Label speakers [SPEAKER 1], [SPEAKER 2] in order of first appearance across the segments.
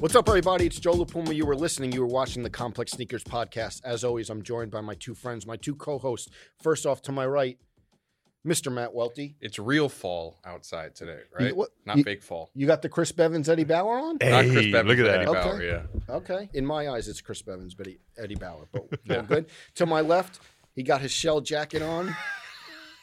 [SPEAKER 1] What's up, everybody? It's Joe LaPuma. You were listening. You were watching the Complex Sneakers podcast. As always, I'm joined by my two friends, my two co-hosts. First off, to my right, Mr. Matt Welty.
[SPEAKER 2] It's real fall outside today, right?
[SPEAKER 1] what-
[SPEAKER 2] Not
[SPEAKER 1] you-
[SPEAKER 2] fake fall.
[SPEAKER 1] You got the Chris Bevins Eddie Bauer on?
[SPEAKER 2] Not Chris
[SPEAKER 3] Hey,
[SPEAKER 2] Bevins,
[SPEAKER 3] look at
[SPEAKER 2] but
[SPEAKER 3] that.
[SPEAKER 2] Eddie
[SPEAKER 1] Okay.
[SPEAKER 2] Bauer, yeah.
[SPEAKER 1] Okay. In my eyes, it's Chris Bevins, but he- Eddie Bauer. But all good. To my left, he got his shell jacket on.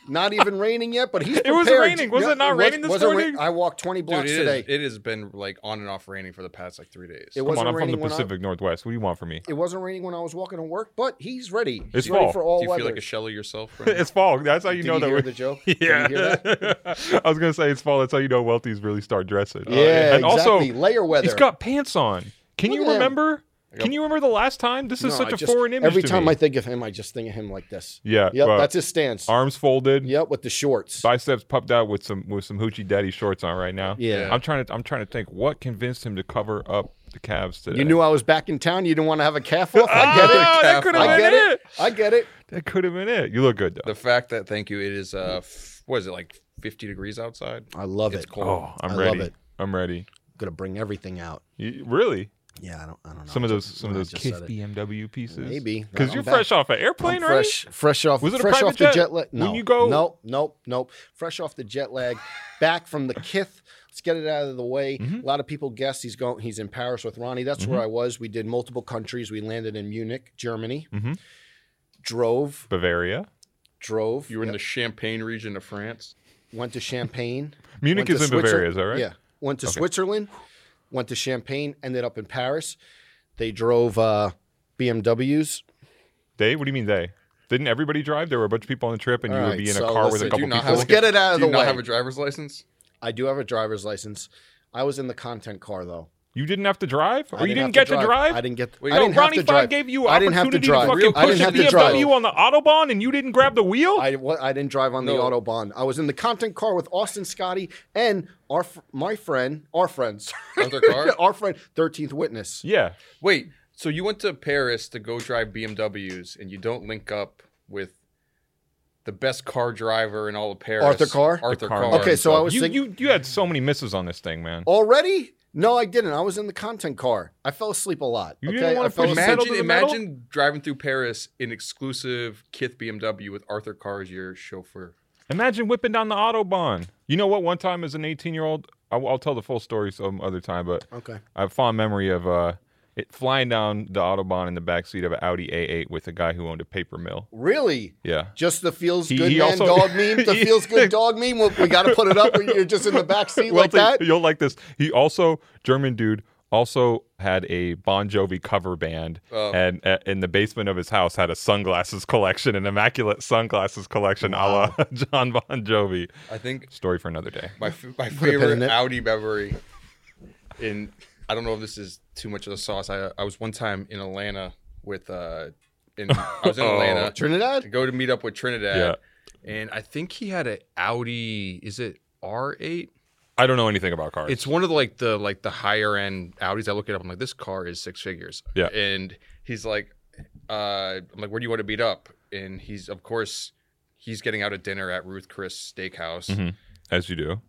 [SPEAKER 1] Not even raining yet, but he's
[SPEAKER 4] It was
[SPEAKER 1] prepared.
[SPEAKER 4] raining. Was it not
[SPEAKER 1] was-
[SPEAKER 4] raining this
[SPEAKER 1] wasn't ra-
[SPEAKER 4] morning?
[SPEAKER 1] I walked 20
[SPEAKER 2] Dude,
[SPEAKER 1] blocks
[SPEAKER 2] it, is,
[SPEAKER 1] today.
[SPEAKER 2] it has been like on and off raining for the past like three days.
[SPEAKER 1] It
[SPEAKER 3] Come on,
[SPEAKER 1] wasn't
[SPEAKER 3] I'm from the
[SPEAKER 1] raining when I-
[SPEAKER 3] Pacific Northwest. What do you want from me?
[SPEAKER 1] It wasn't raining when I was walking to work, but he's ready. He's
[SPEAKER 3] It's
[SPEAKER 1] ready
[SPEAKER 3] fall.
[SPEAKER 1] for
[SPEAKER 2] Do
[SPEAKER 1] all
[SPEAKER 2] you
[SPEAKER 1] weather.
[SPEAKER 2] feel like a shell of yourself? Right
[SPEAKER 3] It's fall. That's how you
[SPEAKER 1] Did
[SPEAKER 3] know
[SPEAKER 1] you
[SPEAKER 3] that
[SPEAKER 1] hear
[SPEAKER 3] we're.
[SPEAKER 1] the joke? Did you
[SPEAKER 3] yeah,
[SPEAKER 1] hear that?
[SPEAKER 3] I was gonna say it's fall. That's how you know Welty's really start dressing. Uh,
[SPEAKER 1] Yeah, exactly.
[SPEAKER 3] Oh, and also
[SPEAKER 1] layer weather.
[SPEAKER 3] he's got pants on. Can
[SPEAKER 1] Look at
[SPEAKER 3] you
[SPEAKER 1] him.
[SPEAKER 3] remember? Can you remember the last time? This is
[SPEAKER 1] No,
[SPEAKER 3] such
[SPEAKER 1] I
[SPEAKER 3] a
[SPEAKER 1] just-
[SPEAKER 3] foreign image.
[SPEAKER 1] Every
[SPEAKER 3] to
[SPEAKER 1] time
[SPEAKER 3] me.
[SPEAKER 1] I think of him, I just think of him like this.
[SPEAKER 3] Yeah,
[SPEAKER 1] Yep,
[SPEAKER 3] well,
[SPEAKER 1] that's his stance.
[SPEAKER 3] arms folded,
[SPEAKER 1] Yep, with the shorts.
[SPEAKER 3] biceps puffed out with some with some hoochie daddy shorts on right now.
[SPEAKER 1] Yeah.
[SPEAKER 3] I'm trying to I'm trying to think what convinced him to cover up the calves today.
[SPEAKER 1] You knew I was back in town. You didn't want to have a calf off. I get it.
[SPEAKER 3] Ah,
[SPEAKER 2] Calf
[SPEAKER 3] that could have
[SPEAKER 1] I
[SPEAKER 3] been
[SPEAKER 1] get
[SPEAKER 3] it.
[SPEAKER 1] it. I get it.
[SPEAKER 3] That could have been it. You look good though.
[SPEAKER 2] the fact that, thank you, it is, uh, f- what is it, like 50 degrees outside?
[SPEAKER 1] I love
[SPEAKER 2] It's
[SPEAKER 1] it.
[SPEAKER 2] cold.
[SPEAKER 3] oh, I'm
[SPEAKER 1] I love
[SPEAKER 3] ready.
[SPEAKER 1] it.
[SPEAKER 3] I'm ready.
[SPEAKER 1] Gonna bring everything out.
[SPEAKER 3] You, really?
[SPEAKER 1] Yeah, I don't. I don't know.
[SPEAKER 3] some of those some of
[SPEAKER 1] I
[SPEAKER 3] those
[SPEAKER 1] just
[SPEAKER 3] kiss
[SPEAKER 1] said it.
[SPEAKER 3] BMW pieces.
[SPEAKER 1] Maybe.
[SPEAKER 3] because
[SPEAKER 1] I'm
[SPEAKER 3] you're
[SPEAKER 1] back.
[SPEAKER 3] fresh off an
[SPEAKER 1] I'm
[SPEAKER 3] airplane, right?
[SPEAKER 1] fresh, fresh off.
[SPEAKER 3] Was it a
[SPEAKER 1] fresh
[SPEAKER 3] private
[SPEAKER 1] off
[SPEAKER 3] jet?
[SPEAKER 1] the jet lag? No,
[SPEAKER 3] When you go-
[SPEAKER 1] nope, nope, nope. Fresh off the jet lag, back from the Kith. Let's get it out of the way.
[SPEAKER 3] Mm-hmm.
[SPEAKER 1] A lot of people guess he's going. He's in Paris with Ronnie. That's where I was. We did multiple countries. We landed in Munich, Germany.
[SPEAKER 3] Mhm.
[SPEAKER 1] Drove,
[SPEAKER 3] Bavaria.
[SPEAKER 1] drove.
[SPEAKER 2] You were in the Champagne region of France.
[SPEAKER 1] went to Champagne. went
[SPEAKER 3] Munich
[SPEAKER 1] to
[SPEAKER 3] is in
[SPEAKER 1] Switzer-
[SPEAKER 3] Bavaria, is that right?
[SPEAKER 1] Yeah. Went to Switzerland, went to Champagne, ended up in Paris. They drove uh, BMWs.
[SPEAKER 3] They? What do you mean they? Didn't everybody drive? There were a bunch of people on the trip, and you
[SPEAKER 1] All
[SPEAKER 3] would be
[SPEAKER 1] right,
[SPEAKER 3] in a
[SPEAKER 1] so
[SPEAKER 3] car with
[SPEAKER 1] listen,
[SPEAKER 3] a
[SPEAKER 1] do
[SPEAKER 3] couple
[SPEAKER 2] you not
[SPEAKER 3] people.
[SPEAKER 2] have
[SPEAKER 1] Let's
[SPEAKER 2] a-
[SPEAKER 1] get it out of
[SPEAKER 2] Do
[SPEAKER 1] the
[SPEAKER 2] you not
[SPEAKER 1] way.
[SPEAKER 2] have a driver's license?
[SPEAKER 1] I do have a driver's license. I was in the content car though.
[SPEAKER 3] you didn't have to drive, or
[SPEAKER 1] I
[SPEAKER 3] you didn't,
[SPEAKER 1] have
[SPEAKER 3] get to drive.
[SPEAKER 1] I didn't get.
[SPEAKER 2] Wait,
[SPEAKER 1] I
[SPEAKER 2] no,
[SPEAKER 3] No,
[SPEAKER 1] didn't have
[SPEAKER 3] Ronnie
[SPEAKER 1] to
[SPEAKER 3] Fogg
[SPEAKER 1] drive.
[SPEAKER 3] gave you
[SPEAKER 1] I didn't have to
[SPEAKER 3] opportunity
[SPEAKER 1] drive.
[SPEAKER 3] to fucking
[SPEAKER 1] I
[SPEAKER 3] push
[SPEAKER 1] didn't
[SPEAKER 3] a
[SPEAKER 1] have to
[SPEAKER 3] BMW
[SPEAKER 1] drive.
[SPEAKER 3] on the autobahn, and you didn't grab the wheel.
[SPEAKER 1] I, wa- I didn't drive on the
[SPEAKER 2] No.
[SPEAKER 1] autobahn. I was in the content car with Austin Scotty and our fr- my friend, our friends,
[SPEAKER 2] Arthur Carr?
[SPEAKER 1] our friend, thirteenth witness.
[SPEAKER 3] yeah,
[SPEAKER 2] Wait, so you went to Paris to go drive BMWs, and you don't link up with the best car driver in all of Paris,
[SPEAKER 1] Arthur Carr?
[SPEAKER 2] Arthur
[SPEAKER 3] Carr.
[SPEAKER 2] Carr.
[SPEAKER 1] Okay, so I was
[SPEAKER 3] you,
[SPEAKER 1] thinking
[SPEAKER 3] you you had so many misses on this thing, man.
[SPEAKER 1] already. No, I didn't. I was in the content car. I fell asleep a lot.
[SPEAKER 3] You
[SPEAKER 1] okay,
[SPEAKER 3] didn't wanna
[SPEAKER 1] I fell
[SPEAKER 3] put
[SPEAKER 1] asleep.
[SPEAKER 3] Settle to
[SPEAKER 2] imagine
[SPEAKER 3] the
[SPEAKER 2] imagine driving through Paris in exclusive Kith BMW with Arthur Carr as your chauffeur.
[SPEAKER 3] Imagine whipping down the autobahn. You know what? One time as an 18 year old, I'll, I'll tell the full story some other time, but
[SPEAKER 1] Okay.
[SPEAKER 3] I have fond memory of uh, it flying down the autobahn in the backseat of an Audi A8 with a guy who owned a paper mill.
[SPEAKER 1] Really?
[SPEAKER 3] Yeah.
[SPEAKER 1] Just the feels
[SPEAKER 3] He-
[SPEAKER 1] good
[SPEAKER 3] he
[SPEAKER 1] man
[SPEAKER 3] also-
[SPEAKER 1] dog meme. The
[SPEAKER 3] He-
[SPEAKER 1] feels good dog meme. We, got to put it up. When you're just in the back seat like
[SPEAKER 3] Well,
[SPEAKER 1] that.
[SPEAKER 3] You'll like this. He also German dude also had a Bon Jovi cover band,
[SPEAKER 2] Oh.
[SPEAKER 3] and uh, in the basement of his house had a sunglasses collection, an immaculate sunglasses collection, a la John Bon Jovi.
[SPEAKER 2] I think
[SPEAKER 3] Story for another day.
[SPEAKER 2] my f- my
[SPEAKER 1] put a pin in
[SPEAKER 2] favorite
[SPEAKER 1] it.
[SPEAKER 2] Audi memory. In I don't know if this is too much of the sauce. I I was one time in Atlanta with uh, in I was in
[SPEAKER 3] Oh.
[SPEAKER 2] Atlanta. to
[SPEAKER 1] Trinidad.
[SPEAKER 2] go to meet up with Trinidad. And I think he had an Audi. Is it R8?
[SPEAKER 3] I don't know anything about cars.
[SPEAKER 2] It's one of the, like the like the higher end Audis. I look it up. I'm like, this car is six figures.
[SPEAKER 3] Yeah.
[SPEAKER 2] And he's like, uh, I'm like, where do you want to meet up? And he's of course he's getting out of dinner at Ruth Chris Steakhouse,
[SPEAKER 3] Mhm. as you do.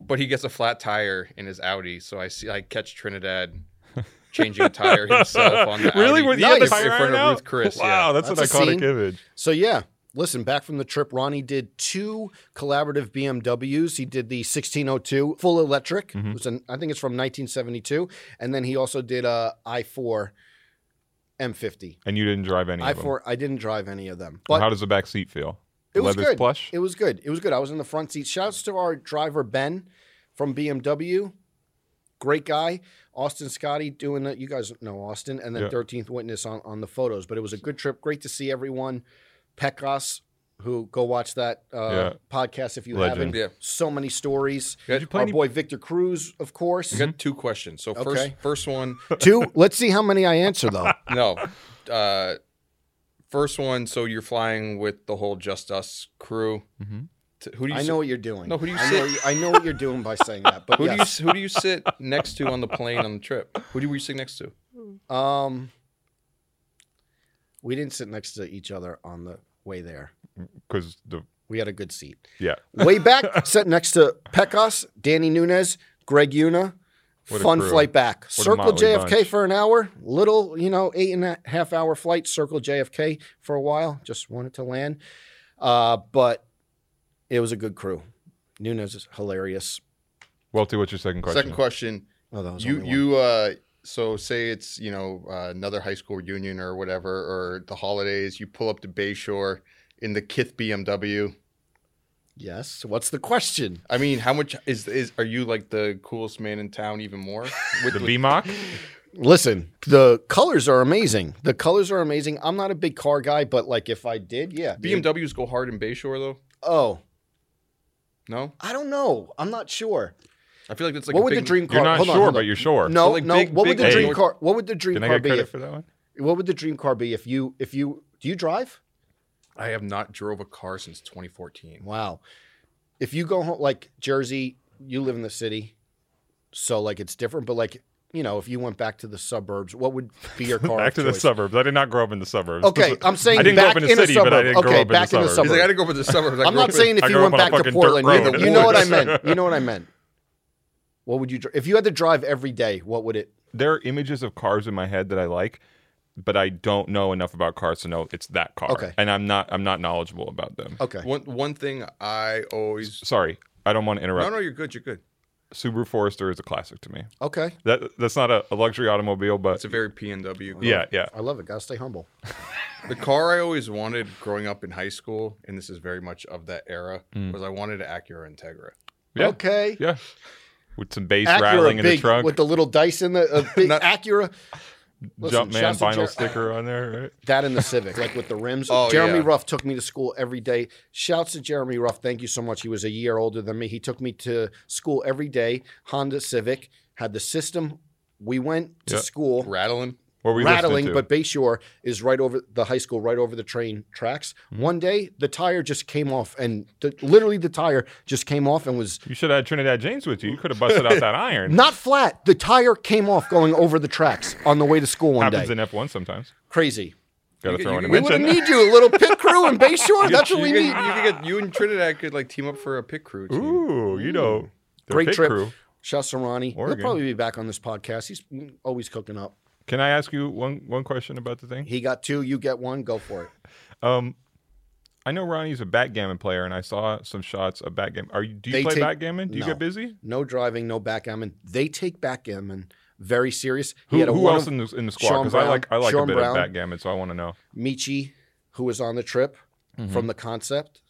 [SPEAKER 2] but he gets a flat tire in his Audi. So I see I catch Trinidad. Changing a tire himself on the
[SPEAKER 3] really?
[SPEAKER 2] Audi
[SPEAKER 3] With the
[SPEAKER 1] Nice.
[SPEAKER 3] tire
[SPEAKER 2] in front
[SPEAKER 3] iron
[SPEAKER 2] of
[SPEAKER 3] out?
[SPEAKER 2] Ruth Chris.
[SPEAKER 3] Wow,
[SPEAKER 2] yeah.
[SPEAKER 3] that's,
[SPEAKER 1] That's a
[SPEAKER 3] an iconic
[SPEAKER 1] scene.
[SPEAKER 3] image.
[SPEAKER 1] So yeah, listen, back from the trip, Ronnie did two collaborative BMWs. He did the 1602 full electric.
[SPEAKER 3] Mm-hmm.
[SPEAKER 1] It was an, I think it's from 1972, and then he also did uh, a i4 M50.
[SPEAKER 3] And you didn't drive any of them.
[SPEAKER 1] i4 I didn't drive any of them, but
[SPEAKER 3] How does the back seat feel?
[SPEAKER 1] it was
[SPEAKER 3] Leather's
[SPEAKER 1] good.
[SPEAKER 3] plush.
[SPEAKER 1] It was good. It was good. I was in the front seat. Shouts to our driver Ben from BMW. Great guy. Austin Scotty doing that. You guys know Austin, and then
[SPEAKER 3] Yeah.
[SPEAKER 1] 13th Witness on, on the photos. But it was a good trip. Great to see everyone. Pekos, who go watch that uh,
[SPEAKER 3] Yeah.
[SPEAKER 1] podcast if you haven't.
[SPEAKER 3] Legend.
[SPEAKER 2] Yeah.
[SPEAKER 1] So many stories.
[SPEAKER 2] Did you
[SPEAKER 3] play
[SPEAKER 1] our
[SPEAKER 3] any-
[SPEAKER 1] boy Victor Cruz, of course.
[SPEAKER 2] I got two questions. So first,
[SPEAKER 1] Okay.
[SPEAKER 2] first one,
[SPEAKER 1] Two. Let's see how many I answer though.
[SPEAKER 2] no. Uh, first one. So you're flying with the whole Just Us crew.
[SPEAKER 3] Mhm.
[SPEAKER 2] T- who do you?
[SPEAKER 1] I know what you're doing.
[SPEAKER 2] No, who do you
[SPEAKER 1] I know,
[SPEAKER 2] sit-
[SPEAKER 1] I know what you're doing by saying that. But
[SPEAKER 2] Who
[SPEAKER 1] yes.
[SPEAKER 2] do you? Who do you sit next to on the plane on the trip? Who do you sit next to?
[SPEAKER 1] Um, we didn't sit next to each other on the way there.
[SPEAKER 3] Because the
[SPEAKER 1] We had a good seat.
[SPEAKER 3] yeah.
[SPEAKER 1] Way back, sat next to Pecos, Danny Nunez, Greg Una,
[SPEAKER 3] What a
[SPEAKER 1] Fun
[SPEAKER 3] crew.
[SPEAKER 1] flight back.
[SPEAKER 3] a
[SPEAKER 1] circle
[SPEAKER 3] motley
[SPEAKER 1] JFK
[SPEAKER 3] bunch.
[SPEAKER 1] for an hour. Little, you know, eight and a half hour flight. Circle JFK for a while. Just wanted to land. Uh, but it was a good crew. Nunes is hilarious.
[SPEAKER 3] Welty, what's your second question?
[SPEAKER 2] Second question:
[SPEAKER 1] Oh, that was
[SPEAKER 2] You
[SPEAKER 1] only one.
[SPEAKER 2] you uh, so say it's you know uh, another high school reunion or whatever or the holidays. You pull up to Bayshore in the Kith BMW.
[SPEAKER 1] Yes. What's the question?
[SPEAKER 2] I mean, how much is is are you like the coolest man in town even more? With,
[SPEAKER 3] The
[SPEAKER 2] with-
[SPEAKER 3] VMOC?
[SPEAKER 1] Listen, the colors are amazing. The colors are amazing. I'm not a big car guy, but like if I did, yeah. dude.
[SPEAKER 2] BMWs go hard in Bayshore though.
[SPEAKER 1] Oh,
[SPEAKER 2] No,
[SPEAKER 1] I don't know. I'm not sure.
[SPEAKER 2] I feel like it's like
[SPEAKER 1] what
[SPEAKER 2] a
[SPEAKER 1] would
[SPEAKER 2] big,
[SPEAKER 1] the dream car?
[SPEAKER 3] You're not
[SPEAKER 1] hold on,
[SPEAKER 3] sure,
[SPEAKER 1] hold
[SPEAKER 3] but
[SPEAKER 1] on.
[SPEAKER 3] you're sure.
[SPEAKER 1] No,
[SPEAKER 2] So, like,
[SPEAKER 1] no.
[SPEAKER 2] big-
[SPEAKER 1] what would
[SPEAKER 2] big
[SPEAKER 1] the dream
[SPEAKER 2] Ford-
[SPEAKER 1] car? What would the dream
[SPEAKER 3] Can I
[SPEAKER 1] car
[SPEAKER 3] get
[SPEAKER 1] be?
[SPEAKER 3] credit
[SPEAKER 1] If,
[SPEAKER 3] for that one?
[SPEAKER 1] what would the dream car be if you if you do you drive?
[SPEAKER 2] I have not drove a car since 2014.
[SPEAKER 1] Wow. If you go home, like Jersey, you live in the city, so like it's different. But like you know, if you went back to the suburbs, what would be your car?
[SPEAKER 3] Back
[SPEAKER 1] of
[SPEAKER 3] to the
[SPEAKER 1] choice?
[SPEAKER 3] suburbs. I did not grow up in the suburbs.
[SPEAKER 1] Okay, I'm saying
[SPEAKER 3] I didn't grow
[SPEAKER 1] back
[SPEAKER 3] up in the
[SPEAKER 1] a
[SPEAKER 3] city, but I
[SPEAKER 1] suburb.
[SPEAKER 3] didn't
[SPEAKER 1] okay,
[SPEAKER 3] grow up in the
[SPEAKER 1] back in the
[SPEAKER 3] suburbs.
[SPEAKER 1] suburbs.
[SPEAKER 2] He's like, I gotta go for the suburbs. I
[SPEAKER 1] I'm
[SPEAKER 2] grew
[SPEAKER 1] not
[SPEAKER 2] up in-
[SPEAKER 1] saying if
[SPEAKER 3] I
[SPEAKER 1] you
[SPEAKER 3] grew
[SPEAKER 1] went
[SPEAKER 3] up on a
[SPEAKER 1] back to
[SPEAKER 3] fucking dirt
[SPEAKER 1] Portland,
[SPEAKER 3] road
[SPEAKER 1] you know,
[SPEAKER 2] in
[SPEAKER 1] you
[SPEAKER 2] the
[SPEAKER 1] know what I
[SPEAKER 2] woods.
[SPEAKER 1] meant. You know what I meant. What would you dri- if you had to drive every day? What would it?
[SPEAKER 3] There are images of cars in my head that I like, but I don't know enough about cars to know it's that car.
[SPEAKER 1] Okay.
[SPEAKER 3] And I'm not I'm not knowledgeable about them.
[SPEAKER 1] Okay,
[SPEAKER 2] one one thing I always.
[SPEAKER 3] Sorry. I don't want to interrupt.
[SPEAKER 2] No, no, you're good. You're good.
[SPEAKER 3] Subaru Forester is a classic to me.
[SPEAKER 1] okay,
[SPEAKER 3] That that's not a, a luxury automobile, but
[SPEAKER 2] It's a very PNW. car.
[SPEAKER 3] yeah, yeah.
[SPEAKER 1] I love it. Gotta stay humble.
[SPEAKER 2] The car I always wanted growing up in high school, and this is very much of that era, was I wanted an Acura Integra.
[SPEAKER 3] Yeah.
[SPEAKER 1] Okay,
[SPEAKER 3] Yeah. With some bass
[SPEAKER 1] Acura
[SPEAKER 3] rattling in the
[SPEAKER 1] big
[SPEAKER 3] trunk,
[SPEAKER 1] with the little dice in the a big
[SPEAKER 2] Not-
[SPEAKER 1] Acura. Listen,
[SPEAKER 3] Jumpman
[SPEAKER 1] shouts to
[SPEAKER 3] vinyl
[SPEAKER 1] Jer-
[SPEAKER 3] sticker on there, right?
[SPEAKER 1] That in the Civic, like with the rims.
[SPEAKER 2] Oh,
[SPEAKER 1] Jeremy
[SPEAKER 2] yeah.
[SPEAKER 1] Ruff took me to school every day. Shouts to Jeremy Ruff. Thank you so much. He was a year older than me. He took me to school every day. Honda Civic had the system. We went to
[SPEAKER 3] Yeah.
[SPEAKER 1] school.
[SPEAKER 2] Rattling.
[SPEAKER 3] What were you listening
[SPEAKER 1] rattling,
[SPEAKER 3] to?
[SPEAKER 1] but Bayshore is right over the high school, right over the train tracks.
[SPEAKER 3] Mm-hmm.
[SPEAKER 1] One day, the tire just came off, and the, literally the tire just came off and was
[SPEAKER 3] You should have had Trinidad James with you. You could have busted out that iron.
[SPEAKER 1] not flat. The tire came off going over the tracks on the way to school one
[SPEAKER 3] Happens
[SPEAKER 1] day.
[SPEAKER 3] in F1 sometimes.
[SPEAKER 1] Crazy.
[SPEAKER 3] Got to
[SPEAKER 2] You-
[SPEAKER 3] throw
[SPEAKER 2] you-
[SPEAKER 3] in a
[SPEAKER 2] you
[SPEAKER 1] We would
[SPEAKER 2] would've
[SPEAKER 3] mention.
[SPEAKER 1] need you a little pit crew in Bayshore. That's what we
[SPEAKER 2] you could,
[SPEAKER 1] need.
[SPEAKER 2] you could get you and Trinidad could like team up for a pit crew. Team.
[SPEAKER 3] Oooo, you know, the
[SPEAKER 1] Great
[SPEAKER 3] pit
[SPEAKER 1] trip.
[SPEAKER 3] crew.
[SPEAKER 1] Shouts to Ronnie. He'll
[SPEAKER 3] Oregon.
[SPEAKER 1] probably be back on this podcast. He's always cooking up.
[SPEAKER 3] Can I ask you one one question about the thing?
[SPEAKER 1] He got two, you get one. Go for it.
[SPEAKER 3] Um, I know Ronnie's a backgammon player, and I saw some shots of backgammon. Are you? Do you
[SPEAKER 1] They
[SPEAKER 3] play
[SPEAKER 1] take-
[SPEAKER 3] backgammon? Do you
[SPEAKER 1] no.
[SPEAKER 3] get busy?
[SPEAKER 1] No driving, no backgammon. They take backgammon very serious. He
[SPEAKER 3] Who,
[SPEAKER 1] had a
[SPEAKER 3] who
[SPEAKER 1] one
[SPEAKER 3] else
[SPEAKER 1] of-
[SPEAKER 3] in the in the squad?
[SPEAKER 1] Sean
[SPEAKER 3] Because I
[SPEAKER 1] Brown-
[SPEAKER 3] like I like
[SPEAKER 1] Sean
[SPEAKER 3] a bit
[SPEAKER 1] Brown.
[SPEAKER 3] of backgammon, so I want to know.
[SPEAKER 1] Michi, who was on the trip
[SPEAKER 3] Mm-hmm.
[SPEAKER 1] from the concept.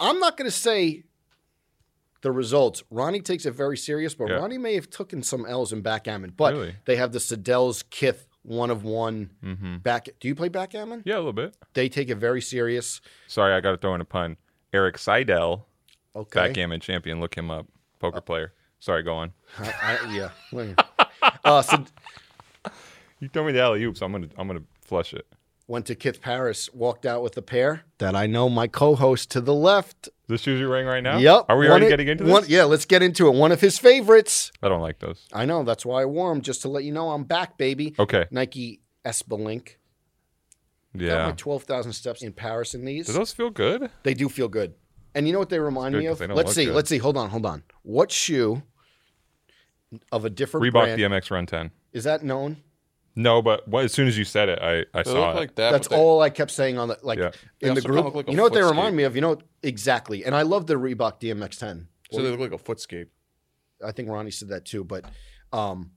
[SPEAKER 1] I'm not going to say the results. Ronnie takes it very serious, but
[SPEAKER 3] Yeah.
[SPEAKER 1] Ronnie may have taken some L's in backgammon. But
[SPEAKER 3] Really?
[SPEAKER 1] they have the Sedell's Kith one of one
[SPEAKER 3] hmm
[SPEAKER 1] back. Do you play backgammon?
[SPEAKER 3] Yeah, a little bit.
[SPEAKER 1] They take it very serious.
[SPEAKER 3] Sorry, I got to throw in a pun. Eric Seidel,
[SPEAKER 1] Okay.
[SPEAKER 3] backgammon champion. Look him up. Poker player. Sorry, go on.
[SPEAKER 1] I, I, yeah. Wait. Uh, so
[SPEAKER 3] You throw me the alley oops. I'm gonna I'm gonna flush it.
[SPEAKER 1] went to Kith Paris, walked out with a pair that I know my co-host to the left.
[SPEAKER 3] The shoes you're wearing right now.
[SPEAKER 1] Yep.
[SPEAKER 3] Are we
[SPEAKER 1] One
[SPEAKER 3] already
[SPEAKER 1] of-
[SPEAKER 3] getting into this?
[SPEAKER 1] one- yeah, let's get into it. One of his favorites.
[SPEAKER 3] I don't like those.
[SPEAKER 1] I know. That's why I wore them, just to let you know I'm back, baby.
[SPEAKER 3] Okay.
[SPEAKER 1] Nike Espelink. Got
[SPEAKER 3] Yeah.
[SPEAKER 1] my 12,000 steps in Paris in these.
[SPEAKER 3] Do those feel good?
[SPEAKER 1] They do feel good. And you know what they remind
[SPEAKER 3] good
[SPEAKER 1] me
[SPEAKER 3] 'cause
[SPEAKER 1] of?
[SPEAKER 3] they don't
[SPEAKER 1] Let's
[SPEAKER 3] look
[SPEAKER 1] see.
[SPEAKER 3] good.
[SPEAKER 1] Let's see. Hold on. Hold on. What shoe of a different
[SPEAKER 3] Reebok
[SPEAKER 1] brand
[SPEAKER 3] DMX Run 10.
[SPEAKER 1] is that known?
[SPEAKER 3] No, but well, as soon as you said it, I, I
[SPEAKER 2] They
[SPEAKER 3] saw
[SPEAKER 2] look
[SPEAKER 3] it.
[SPEAKER 2] like that.
[SPEAKER 1] That's
[SPEAKER 2] but they-
[SPEAKER 1] all I kept saying on the like
[SPEAKER 3] Yeah.
[SPEAKER 2] They
[SPEAKER 1] in the
[SPEAKER 2] also kinda
[SPEAKER 1] group.
[SPEAKER 2] look like a
[SPEAKER 1] you know what they
[SPEAKER 2] foot
[SPEAKER 1] remind
[SPEAKER 2] skate.
[SPEAKER 1] me of? You know exactly. And I love the Reebok DMX 10.
[SPEAKER 2] So they look like a footscape.
[SPEAKER 1] I think Ronnie said that too, but um,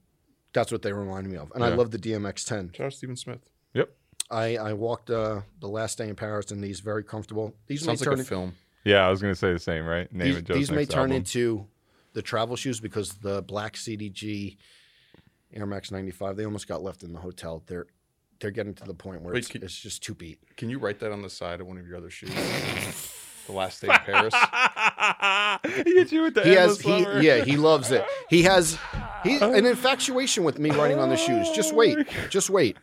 [SPEAKER 1] that's what they remind me of. And I
[SPEAKER 3] Yeah.
[SPEAKER 1] love the DMX 10.
[SPEAKER 2] Shout out to Stephen Smith.
[SPEAKER 3] yep.
[SPEAKER 1] I, I walked uh, the last day in Paris in these, very comfortable. These may
[SPEAKER 2] Sounds like
[SPEAKER 1] turn
[SPEAKER 2] a film.
[SPEAKER 3] Yeah, I was gonna say the same, right? Name
[SPEAKER 1] these,
[SPEAKER 3] it Joe's
[SPEAKER 1] these may
[SPEAKER 3] next
[SPEAKER 1] turn
[SPEAKER 3] album.
[SPEAKER 1] into the travel shoes because the black CDG Air Max 95 they almost got left in the hotel. They're they're getting to the point where
[SPEAKER 2] Wait,
[SPEAKER 1] it's,
[SPEAKER 2] can-
[SPEAKER 1] it's just too beat.
[SPEAKER 2] Can you write that on the side of one of your other shoes? the last day in Paris.
[SPEAKER 3] he hit you with the
[SPEAKER 1] He has
[SPEAKER 3] endless
[SPEAKER 1] he
[SPEAKER 3] summer.
[SPEAKER 1] yeah, he loves it. He has he an infatuation with me riding on the shoes. Just wait. Just wait.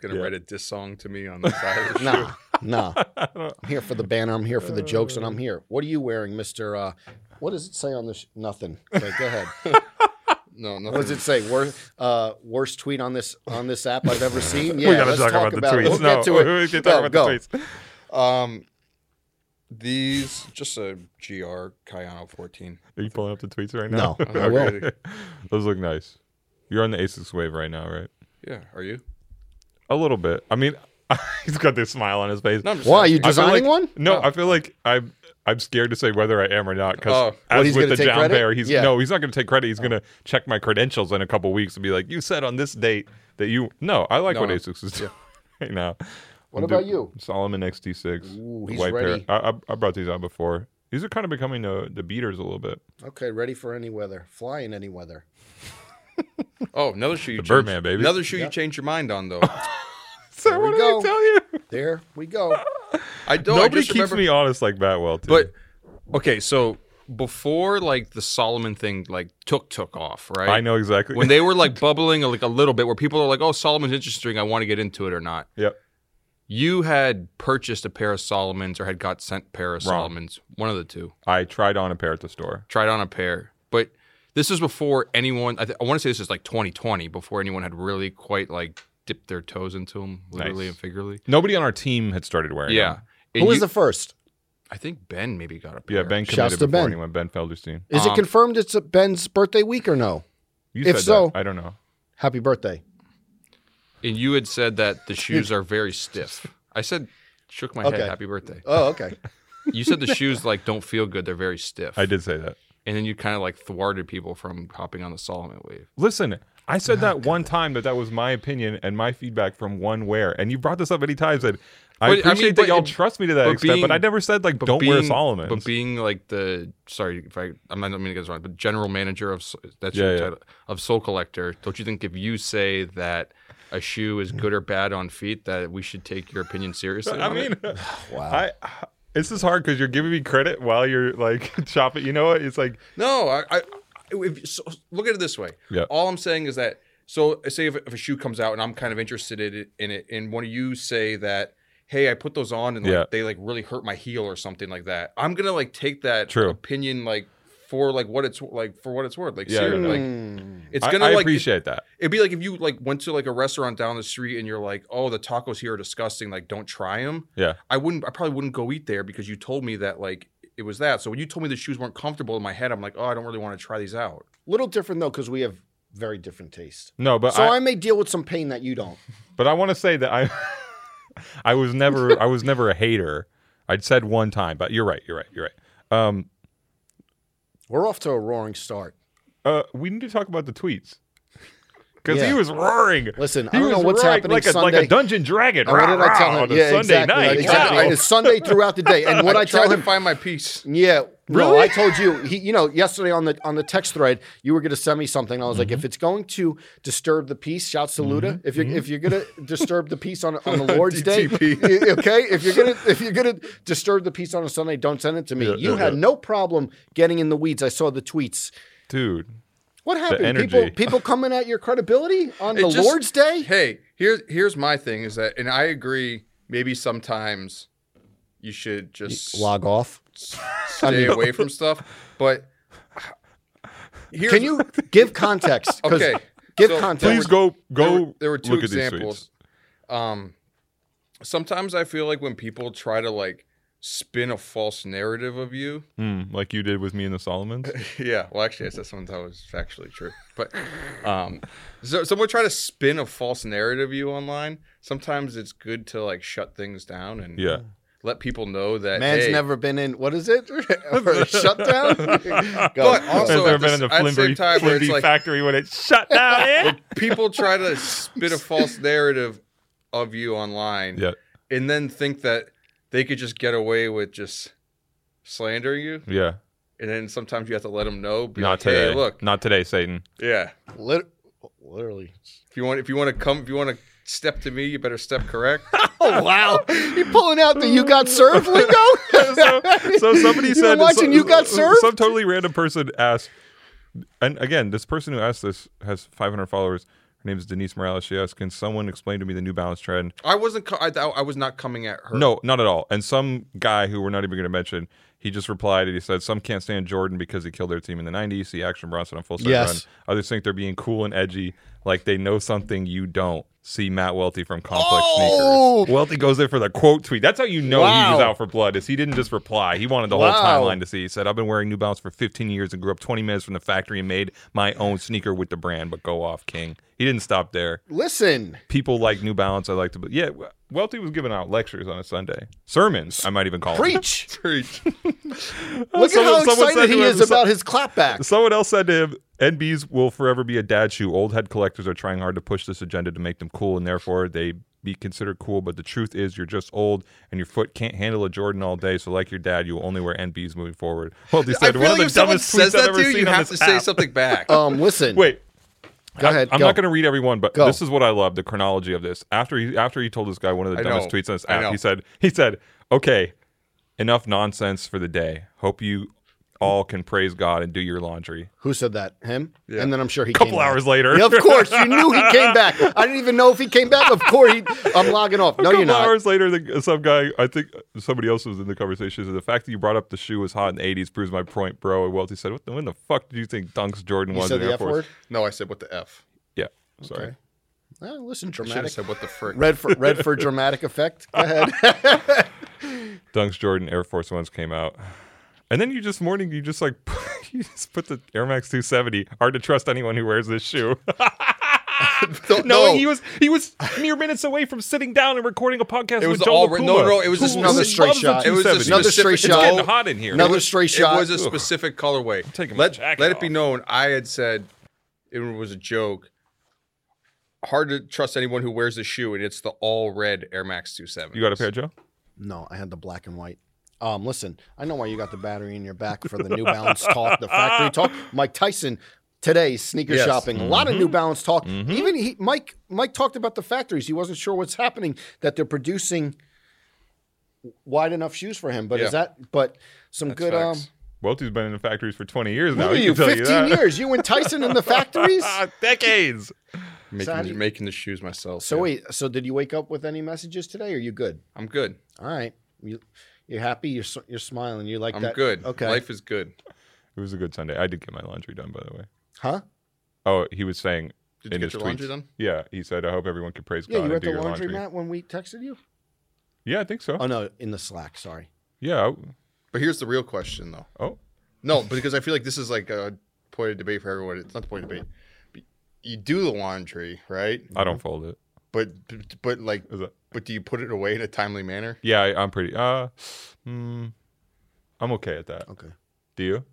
[SPEAKER 2] Gonna write a diss song to me on the side of the shoe.
[SPEAKER 1] Nah. Nah. I'm here for the banner, I'm here for the jokes and I'm here. What are you wearing, Mr. uh what does it say on this? Nothing. Okay, go ahead.
[SPEAKER 2] No,
[SPEAKER 1] What does
[SPEAKER 2] nothing.
[SPEAKER 1] it say? Worst uh, worst tweet on this on this app I've ever seen. Yeah,
[SPEAKER 3] we gotta
[SPEAKER 1] let's
[SPEAKER 3] talk, about, the
[SPEAKER 1] it.
[SPEAKER 3] tweets.
[SPEAKER 1] We'll
[SPEAKER 3] no,
[SPEAKER 1] get to it.
[SPEAKER 3] we can talk
[SPEAKER 1] No,
[SPEAKER 3] about
[SPEAKER 1] go.
[SPEAKER 3] the tweets.
[SPEAKER 2] Um, These just a GR Cayano 14.
[SPEAKER 3] Are you pulling up the tweets right now?
[SPEAKER 1] No,
[SPEAKER 2] I
[SPEAKER 3] Okay. Those look nice. You're on the Asics wave right now, right?
[SPEAKER 2] Yeah, are you?
[SPEAKER 3] A little bit. I mean, he's got this smile on his face.
[SPEAKER 2] No, I'm just
[SPEAKER 1] Why are you
[SPEAKER 2] asking.
[SPEAKER 3] I feel
[SPEAKER 1] designing
[SPEAKER 3] like-
[SPEAKER 1] one?
[SPEAKER 3] No,
[SPEAKER 2] Oh.
[SPEAKER 3] I feel like I'm I'm scared to say whether I am or not because
[SPEAKER 2] Oh.
[SPEAKER 1] What,
[SPEAKER 3] as
[SPEAKER 1] he's
[SPEAKER 3] with
[SPEAKER 1] gonna
[SPEAKER 3] the
[SPEAKER 1] take
[SPEAKER 3] down
[SPEAKER 1] credit?
[SPEAKER 3] bear, he's
[SPEAKER 1] Yeah.
[SPEAKER 3] no, he's not going to take credit. He's going to check my credentials in a couple weeks and be like, "You said on this date that you." No, I like
[SPEAKER 2] No,
[SPEAKER 3] what
[SPEAKER 2] no.
[SPEAKER 3] Asics is doing right now.
[SPEAKER 1] What
[SPEAKER 3] I'm
[SPEAKER 1] about
[SPEAKER 3] do-
[SPEAKER 1] you?
[SPEAKER 3] Solomon XT6,
[SPEAKER 1] Ooh,
[SPEAKER 3] the
[SPEAKER 1] he's
[SPEAKER 3] white
[SPEAKER 1] ready.
[SPEAKER 3] pair. I, I, I brought these out before. These are kind of becoming the the beaters a little bit.
[SPEAKER 1] Okay, ready for any weather. Fly in any weather.
[SPEAKER 2] Oh, another shoe you
[SPEAKER 3] The
[SPEAKER 2] changed-
[SPEAKER 3] Birdman, baby.
[SPEAKER 2] Another shoe you changed your mind on though.
[SPEAKER 3] So
[SPEAKER 1] There we
[SPEAKER 3] what did I
[SPEAKER 1] go.
[SPEAKER 3] tell you?
[SPEAKER 1] There we go.
[SPEAKER 2] I don't. I
[SPEAKER 3] Nobody
[SPEAKER 2] just
[SPEAKER 3] keeps
[SPEAKER 2] remember-
[SPEAKER 3] me honest like Batwell. Too.
[SPEAKER 2] But okay, so before like the Solomon thing like took took off, right?
[SPEAKER 3] I know exactly.
[SPEAKER 2] when they were like bubbling like a little bit, where people are like, "Oh, Solomon's interesting. I want to get into it or not."
[SPEAKER 3] yep.
[SPEAKER 2] You had purchased a pair of Solomons or had got sent a pair of
[SPEAKER 3] Wrong.
[SPEAKER 2] Solomons, one of the two.
[SPEAKER 3] I tried on a pair at the store.
[SPEAKER 2] Tried on a pair, but this is before anyone. I, th- I want to say this is like 2020, before anyone had really quite like dipped their toes into them, literally
[SPEAKER 3] Nice.
[SPEAKER 2] and figuratively.
[SPEAKER 3] Nobody on our team had started wearing.
[SPEAKER 2] Yeah.
[SPEAKER 3] them.
[SPEAKER 2] And
[SPEAKER 1] Who was
[SPEAKER 2] you-
[SPEAKER 1] the first?
[SPEAKER 2] I think Ben maybe got a pair.
[SPEAKER 3] Yeah, Ben
[SPEAKER 1] Shouts
[SPEAKER 3] committed
[SPEAKER 1] to
[SPEAKER 3] before
[SPEAKER 1] Ben.
[SPEAKER 3] anyone. Ben Felderstein.
[SPEAKER 1] Is
[SPEAKER 2] Um,
[SPEAKER 1] it confirmed it's uh, Ben's birthday week or no?
[SPEAKER 3] You
[SPEAKER 1] If
[SPEAKER 3] said
[SPEAKER 1] so-
[SPEAKER 3] that. I don't know.
[SPEAKER 1] Happy birthday.
[SPEAKER 2] And you had said that the shoes are very stiff. I said, shook my
[SPEAKER 1] Okay.
[SPEAKER 2] head, happy birthday.
[SPEAKER 1] Oh, okay.
[SPEAKER 2] You said the shoes like don't feel good; they're very stiff.
[SPEAKER 3] I did say that.
[SPEAKER 2] and then you kind of like thwarted people from hopping on the Solomon wave.
[SPEAKER 3] Listen, I said that one time that that was my opinion and my feedback from one wear, and you brought this up many times. And
[SPEAKER 2] But, I
[SPEAKER 3] I
[SPEAKER 2] mean,
[SPEAKER 3] appreciate that
[SPEAKER 2] but-
[SPEAKER 3] y'all trust me to that
[SPEAKER 2] but
[SPEAKER 3] extent,
[SPEAKER 2] being-
[SPEAKER 3] but I never said like
[SPEAKER 2] But
[SPEAKER 3] don't wear
[SPEAKER 2] being-
[SPEAKER 3] Solomons.
[SPEAKER 2] But being like the sorry, if I I'm not I don't mean to get this wrong, but general manager of Sol- that's
[SPEAKER 3] Yeah,
[SPEAKER 2] your
[SPEAKER 3] yeah.
[SPEAKER 2] title of Soul Collector. Don't you think if you say that a shoe is good or bad on feet, that we should take your opinion seriously?
[SPEAKER 3] I
[SPEAKER 2] on it?
[SPEAKER 3] mean,
[SPEAKER 1] Wow.
[SPEAKER 3] I. This is hard because you're giving me credit while you're like chopping. You know what? It's like
[SPEAKER 2] No, I, I if, so, look at it this way.
[SPEAKER 3] Yeah.
[SPEAKER 2] All I'm saying is that so say if, if a shoe comes out and I'm kind of interested in it, in it and one of you say that hey I put those on and like,
[SPEAKER 3] Yeah.
[SPEAKER 2] they like really hurt my heel or something like that. I'm gonna like take that
[SPEAKER 3] True.
[SPEAKER 2] opinion like for like what it's like for what it's worth. Like
[SPEAKER 3] Yeah,
[SPEAKER 2] seriously,
[SPEAKER 3] yeah,
[SPEAKER 2] like
[SPEAKER 1] Hmm.
[SPEAKER 2] it's
[SPEAKER 3] I,
[SPEAKER 2] gonna
[SPEAKER 3] I
[SPEAKER 2] like it,
[SPEAKER 3] appreciate that.
[SPEAKER 2] would be like if you like went to like a restaurant down the street and you're like oh the tacos here are disgusting like don't try them.
[SPEAKER 3] Yeah,
[SPEAKER 2] I wouldn't. I probably wouldn't go eat there because you told me that like it was that. So when you told me the shoes weren't comfortable in my head, I'm like, oh, I don't really want to try these out.
[SPEAKER 1] Little different though, because we have very different taste.
[SPEAKER 3] no, but
[SPEAKER 1] So
[SPEAKER 3] I,
[SPEAKER 1] I may deal with some pain that you don't.
[SPEAKER 3] But I want to say that I, I was never, I was never a hater. I'd said one time, but you're right, you're right, you're right. Um,
[SPEAKER 1] We're off to a roaring start.
[SPEAKER 3] uh, we need to talk about the tweets because he
[SPEAKER 1] Yeah.
[SPEAKER 3] was roaring.
[SPEAKER 1] Listen,
[SPEAKER 3] He
[SPEAKER 1] I don't know
[SPEAKER 3] was
[SPEAKER 1] what's
[SPEAKER 3] roaring
[SPEAKER 1] happening
[SPEAKER 3] like a,
[SPEAKER 1] Sunday.
[SPEAKER 3] like a dungeon dragon.
[SPEAKER 1] And what did I
[SPEAKER 3] rah,
[SPEAKER 1] tell
[SPEAKER 3] rah,
[SPEAKER 1] him?
[SPEAKER 3] on a
[SPEAKER 1] yeah,
[SPEAKER 3] Sunday
[SPEAKER 1] exactly.
[SPEAKER 3] night.
[SPEAKER 1] Exactly.
[SPEAKER 3] Wow.
[SPEAKER 1] And it's Sunday throughout the day. And what I
[SPEAKER 2] Try
[SPEAKER 1] tell
[SPEAKER 2] to
[SPEAKER 1] him,
[SPEAKER 2] find my piece.
[SPEAKER 1] yeah, no,
[SPEAKER 3] Really?
[SPEAKER 1] I told you. He, you know, yesterday on the on the text thread, you were going to send me something. I was
[SPEAKER 3] Mm-hmm.
[SPEAKER 1] like, if it's going to disturb the peace, shouts to Luda. If
[SPEAKER 3] Mm-hmm.
[SPEAKER 1] you are if you're going to disturb the peace on on the Lord's day,
[SPEAKER 2] DTP.
[SPEAKER 1] y- okay. If you're gonna if you're gonna disturb the peace on a Sunday, don't send it to me.
[SPEAKER 3] Yeah,
[SPEAKER 1] you
[SPEAKER 3] yeah,
[SPEAKER 1] had
[SPEAKER 3] yeah.
[SPEAKER 1] no problem getting in the weeds. I saw the tweets.
[SPEAKER 3] Dude,
[SPEAKER 1] What happened? People
[SPEAKER 3] energy.
[SPEAKER 1] people coming at your credibility on
[SPEAKER 2] It
[SPEAKER 1] the
[SPEAKER 2] just-
[SPEAKER 1] Lord's day.
[SPEAKER 2] Hey, here's here's my thing is that, and I agree. Maybe sometimes you should just
[SPEAKER 1] Log off.
[SPEAKER 2] s- stay away from stuff. But here's,
[SPEAKER 1] Can you give context? 'Cause
[SPEAKER 2] Okay,
[SPEAKER 1] Give
[SPEAKER 2] so-
[SPEAKER 1] context.
[SPEAKER 3] please go go.
[SPEAKER 2] There were, there were two
[SPEAKER 3] look at these tweets.
[SPEAKER 2] examples. Um, sometimes I feel like when people try to like spin a false narrative of you,
[SPEAKER 3] Mm, like you did with me and the Solomons.
[SPEAKER 2] yeah. Well, actually, I said something that was factually true, but um, so someone try to spin a false narrative you online. Sometimes it's good to like shut things down and
[SPEAKER 3] Yeah.
[SPEAKER 2] let people know that
[SPEAKER 1] Man's
[SPEAKER 2] hey,
[SPEAKER 1] never been in what is it? or a shutdown? Go.
[SPEAKER 2] But also-
[SPEAKER 3] Has
[SPEAKER 2] at the
[SPEAKER 3] there been in the
[SPEAKER 2] s- at the same
[SPEAKER 3] Flimby,
[SPEAKER 2] time where it's
[SPEAKER 3] Flimby
[SPEAKER 2] like-
[SPEAKER 3] factory when it shut down? eh?
[SPEAKER 2] people try to spin a false narrative of you online,
[SPEAKER 3] yeah,
[SPEAKER 2] and then think that they could just get away with just slandering you.
[SPEAKER 3] yeah.
[SPEAKER 2] And then sometimes you have to let them know. Be
[SPEAKER 3] Not
[SPEAKER 2] like,
[SPEAKER 3] today.
[SPEAKER 2] Hey, look,
[SPEAKER 3] Not today, Satan.
[SPEAKER 2] yeah.
[SPEAKER 1] Lit- literally.
[SPEAKER 2] If you want, if you want to come, if you want to step to me, you better step correct.
[SPEAKER 1] Oh wow. you pulling out the you got served lingo?
[SPEAKER 3] so, so somebody
[SPEAKER 1] You
[SPEAKER 3] said
[SPEAKER 1] were watching
[SPEAKER 3] so- uh,
[SPEAKER 1] you got served?
[SPEAKER 3] Some totally random person asked, and again, this person who asked this has 500 followers. Her name is Denise Morales. She asked, "Can someone explain to me the New Balance trend?"
[SPEAKER 2] I wasn't. Co- I, I was not coming at her.
[SPEAKER 3] No, not at all. And some guy who we're not even going to mention, he just replied and he said, "Some can't stand Jordan because he killed their team in the '90s. See Action Bronson on full set
[SPEAKER 1] Yes.
[SPEAKER 3] run. Others think they're being cool and edgy, like they know something you don't. See Matt Welty from Complex
[SPEAKER 1] Oh!
[SPEAKER 3] Sneakers. Welty goes there for the quote tweet. That's how you know he was
[SPEAKER 1] Wow.
[SPEAKER 3] out for blood. Is he didn't just reply. He wanted the whole
[SPEAKER 1] Wow.
[SPEAKER 3] timeline to see. He said, "I've been wearing New Balance for 15 years and grew up 20 minutes from the factory and made my own sneaker with the brand." But go off, King. He didn't stop there
[SPEAKER 1] Listen,
[SPEAKER 3] people like New Balance. I like to, but yeah, Welty was giving out lectures on a Sunday, sermons. I might even call them.
[SPEAKER 1] preach.
[SPEAKER 2] Preach.
[SPEAKER 1] Look
[SPEAKER 3] Someone-
[SPEAKER 1] at how
[SPEAKER 3] someone said
[SPEAKER 1] excited he
[SPEAKER 3] to him,
[SPEAKER 1] is
[SPEAKER 3] so-
[SPEAKER 1] about his clapback.
[SPEAKER 3] Someone else said to him, "NBs will forever be a dad shoe. Old head collectors are trying hard to push this agenda to make them cool, and therefore they." Be considered cool, but the truth is you're just old and your foot can't handle a Jordan all day. So, like your dad, you will only wear NBs moving forward. Well, he
[SPEAKER 2] I
[SPEAKER 3] said
[SPEAKER 2] feel
[SPEAKER 3] one of
[SPEAKER 2] like
[SPEAKER 3] the
[SPEAKER 2] if someone
[SPEAKER 3] dumbest
[SPEAKER 2] says
[SPEAKER 3] tweets I've
[SPEAKER 2] that
[SPEAKER 3] ever
[SPEAKER 2] to you,
[SPEAKER 3] seen
[SPEAKER 2] you
[SPEAKER 3] on
[SPEAKER 2] have to
[SPEAKER 3] this
[SPEAKER 2] say
[SPEAKER 3] app.
[SPEAKER 2] something back.
[SPEAKER 1] Um, listen.
[SPEAKER 3] Wait,
[SPEAKER 1] go ahead.
[SPEAKER 3] I'm
[SPEAKER 1] go.
[SPEAKER 3] not going to read everyone, but
[SPEAKER 1] Go.
[SPEAKER 3] this is what I love: the chronology of this. After he after he told this guy one of the
[SPEAKER 2] I
[SPEAKER 3] dumbest
[SPEAKER 2] know.
[SPEAKER 3] tweets on this
[SPEAKER 2] I
[SPEAKER 3] app,
[SPEAKER 2] know.
[SPEAKER 3] he said he said, "Okay, enough nonsense for the day. Hope you all can praise God and do your laundry."
[SPEAKER 1] Who said that? Him?
[SPEAKER 2] Yeah.
[SPEAKER 1] And then I'm sure he
[SPEAKER 3] A couple
[SPEAKER 1] came back.
[SPEAKER 3] hours later,
[SPEAKER 1] Yeah, of course, you knew he came back. I didn't even know if he came back. Of course, he, I'm logging off.
[SPEAKER 3] a
[SPEAKER 1] No, you're
[SPEAKER 3] couple
[SPEAKER 1] not.
[SPEAKER 3] hours later, the, some guy, I think somebody else was in the conversation, said, The fact that you brought up the shoe was hot in the 80s proves my point, bro. And Welty said, What the, when the fuck do you think Dunks Jordan
[SPEAKER 1] You
[SPEAKER 3] was
[SPEAKER 1] said
[SPEAKER 3] in
[SPEAKER 1] the
[SPEAKER 3] Air
[SPEAKER 1] F
[SPEAKER 3] Force?
[SPEAKER 1] word.
[SPEAKER 2] no, I said what the f.
[SPEAKER 3] Yeah, sorry.
[SPEAKER 1] Okay. Oh, listen,
[SPEAKER 2] Should have
[SPEAKER 1] dramatic.
[SPEAKER 2] said what the frick.
[SPEAKER 1] Red for red for dramatic effect. Go ahead.
[SPEAKER 3] Dunks Jordan Air Force Ones came out. And then you just morning you just like you just put the Air Max 270. Hard to trust anyone who wears this shoe.
[SPEAKER 2] Don't-
[SPEAKER 3] Knowing he was he was mere minutes away from sitting down and recording a podcast
[SPEAKER 2] It was
[SPEAKER 3] with Joel
[SPEAKER 2] all re- no,
[SPEAKER 3] Bakula,
[SPEAKER 2] no, it was
[SPEAKER 3] who-
[SPEAKER 2] just
[SPEAKER 3] who
[SPEAKER 1] another straight
[SPEAKER 3] loves the
[SPEAKER 1] shot.
[SPEAKER 2] It was
[SPEAKER 3] 270.
[SPEAKER 2] just
[SPEAKER 1] Another straight
[SPEAKER 2] specific-
[SPEAKER 3] It's
[SPEAKER 1] shot.
[SPEAKER 3] getting hot in here.
[SPEAKER 1] Another straight shot.
[SPEAKER 2] It was a specific colorway.
[SPEAKER 3] taking my
[SPEAKER 2] let
[SPEAKER 3] jacket
[SPEAKER 2] let it be
[SPEAKER 3] off.
[SPEAKER 2] known I had said it was a joke. Hard to trust anyone who wears the shoe, and it's the all red Air Max 27.
[SPEAKER 3] you got a pair, Joe?
[SPEAKER 1] No, I had the black and white. Um, listen, I know why you got the battery in your back for the New Balance talk, the factory talk. Mike Tyson today sneaker
[SPEAKER 2] Yes.
[SPEAKER 1] shopping, a lot of New Balance talk. Even he, Mike, Mike talked about the factories. He wasn't sure what's happening that they're producing wide enough shoes for him. But
[SPEAKER 2] Yeah.
[SPEAKER 1] is that? But some good. Um,
[SPEAKER 2] facts.
[SPEAKER 3] Welty's been in the factories for 20 years
[SPEAKER 1] what
[SPEAKER 3] now.
[SPEAKER 1] are
[SPEAKER 3] he
[SPEAKER 1] you?
[SPEAKER 3] can tell you
[SPEAKER 1] Fifteen
[SPEAKER 3] that.
[SPEAKER 1] years. You and Tyson in the factories.
[SPEAKER 3] Ah, decades.
[SPEAKER 1] So how
[SPEAKER 2] making,
[SPEAKER 1] do you-
[SPEAKER 2] making the shoes myself.
[SPEAKER 1] So
[SPEAKER 2] yeah.
[SPEAKER 1] wait. So did you wake up with any messages today? Or you good?
[SPEAKER 2] I'm good.
[SPEAKER 1] All right. You you're happy. You're s- you're smiling. You like
[SPEAKER 2] I'm
[SPEAKER 1] that?
[SPEAKER 2] good.
[SPEAKER 1] Okay.
[SPEAKER 2] Life is good.
[SPEAKER 3] It was a good Sunday. I did get my laundry done, by the way.
[SPEAKER 1] Huh?
[SPEAKER 3] Oh, he was saying
[SPEAKER 2] Did you get
[SPEAKER 3] in his
[SPEAKER 2] your
[SPEAKER 3] tweets.
[SPEAKER 2] laundry done?
[SPEAKER 3] Yeah, he said, "I hope everyone can praise
[SPEAKER 1] Yeah,
[SPEAKER 3] God
[SPEAKER 1] you were
[SPEAKER 3] and
[SPEAKER 1] at
[SPEAKER 3] do
[SPEAKER 1] the
[SPEAKER 3] your
[SPEAKER 1] laundry
[SPEAKER 3] laundry."
[SPEAKER 1] mat when we texted you.
[SPEAKER 3] Yeah, I think so.
[SPEAKER 1] Oh no, in the Slack. Sorry.
[SPEAKER 3] yeah. I-
[SPEAKER 2] But here's the real question, though.
[SPEAKER 3] Oh,
[SPEAKER 2] No, because I feel like this is like a point of debate for everyone. It's not the point of debate. But You do the laundry, right?
[SPEAKER 3] I
[SPEAKER 1] Mm-hmm.
[SPEAKER 3] don't fold it.
[SPEAKER 2] But but like,
[SPEAKER 3] Is it?
[SPEAKER 2] but do you put it away in a timely manner?
[SPEAKER 3] Yeah, I, I'm pretty. Uh, mm, I'm okay at that.
[SPEAKER 1] Okay.
[SPEAKER 3] Do you?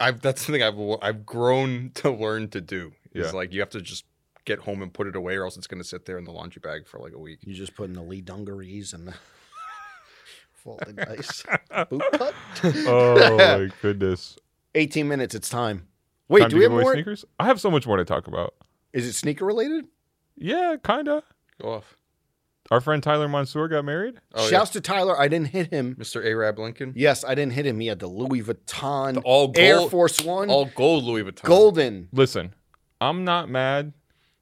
[SPEAKER 2] I've that's the thing I've l- I've grown to learn to do. Is
[SPEAKER 3] Yeah.
[SPEAKER 2] like you have to just get home and put it away, or else it's gonna sit there in the laundry bag for like a week.
[SPEAKER 1] You just put in the Lee dungarees and the folded dice boot cut.
[SPEAKER 3] Oh my goodness.
[SPEAKER 1] Eighteen minutes. It's time. Wait,
[SPEAKER 3] Time
[SPEAKER 1] do
[SPEAKER 3] to
[SPEAKER 1] we
[SPEAKER 3] give
[SPEAKER 1] have
[SPEAKER 3] away
[SPEAKER 1] more?
[SPEAKER 3] sneakers? I have so much more to talk about.
[SPEAKER 1] Is it sneaker related?
[SPEAKER 3] Yeah, kinda.
[SPEAKER 2] Go off,
[SPEAKER 3] Our friend Tyler Mansour got married.
[SPEAKER 2] Oh, yeah.
[SPEAKER 1] Shouts to Tyler. I didn't hit him.
[SPEAKER 2] Mr. Arab Lincoln.
[SPEAKER 1] Yes, I didn't hit him. He had the Louis Vuitton
[SPEAKER 2] all gold,
[SPEAKER 1] Air Force One,
[SPEAKER 2] all gold Louis Vuitton.
[SPEAKER 1] golden.
[SPEAKER 3] Listen, I'm not mad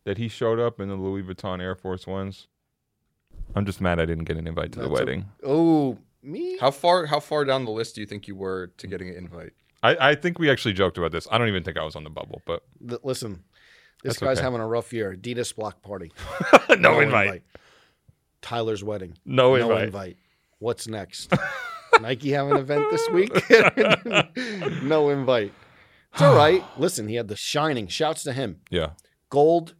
[SPEAKER 3] that he showed up in the Louis Vuitton Air Force Ones. I'm just mad I didn't get an invite to the
[SPEAKER 1] That's a-
[SPEAKER 3] wedding.
[SPEAKER 1] Oh, me.
[SPEAKER 2] How far how far down the list do you think you were to getting an invite?
[SPEAKER 3] I I think we actually joked about this. I don't even think I was on the bubble, but
[SPEAKER 1] Th- listen, this
[SPEAKER 3] That's
[SPEAKER 1] guy's
[SPEAKER 3] okay.
[SPEAKER 1] having a rough year. Adidas block party.
[SPEAKER 3] no,
[SPEAKER 1] Tyler's wedding.
[SPEAKER 3] No
[SPEAKER 1] no
[SPEAKER 3] invite.
[SPEAKER 1] invite. What's next? Nike have an event this week? no invite. It's all right. Listen, he had the shining. Shouts to him.
[SPEAKER 3] Yeah.
[SPEAKER 1] Gold,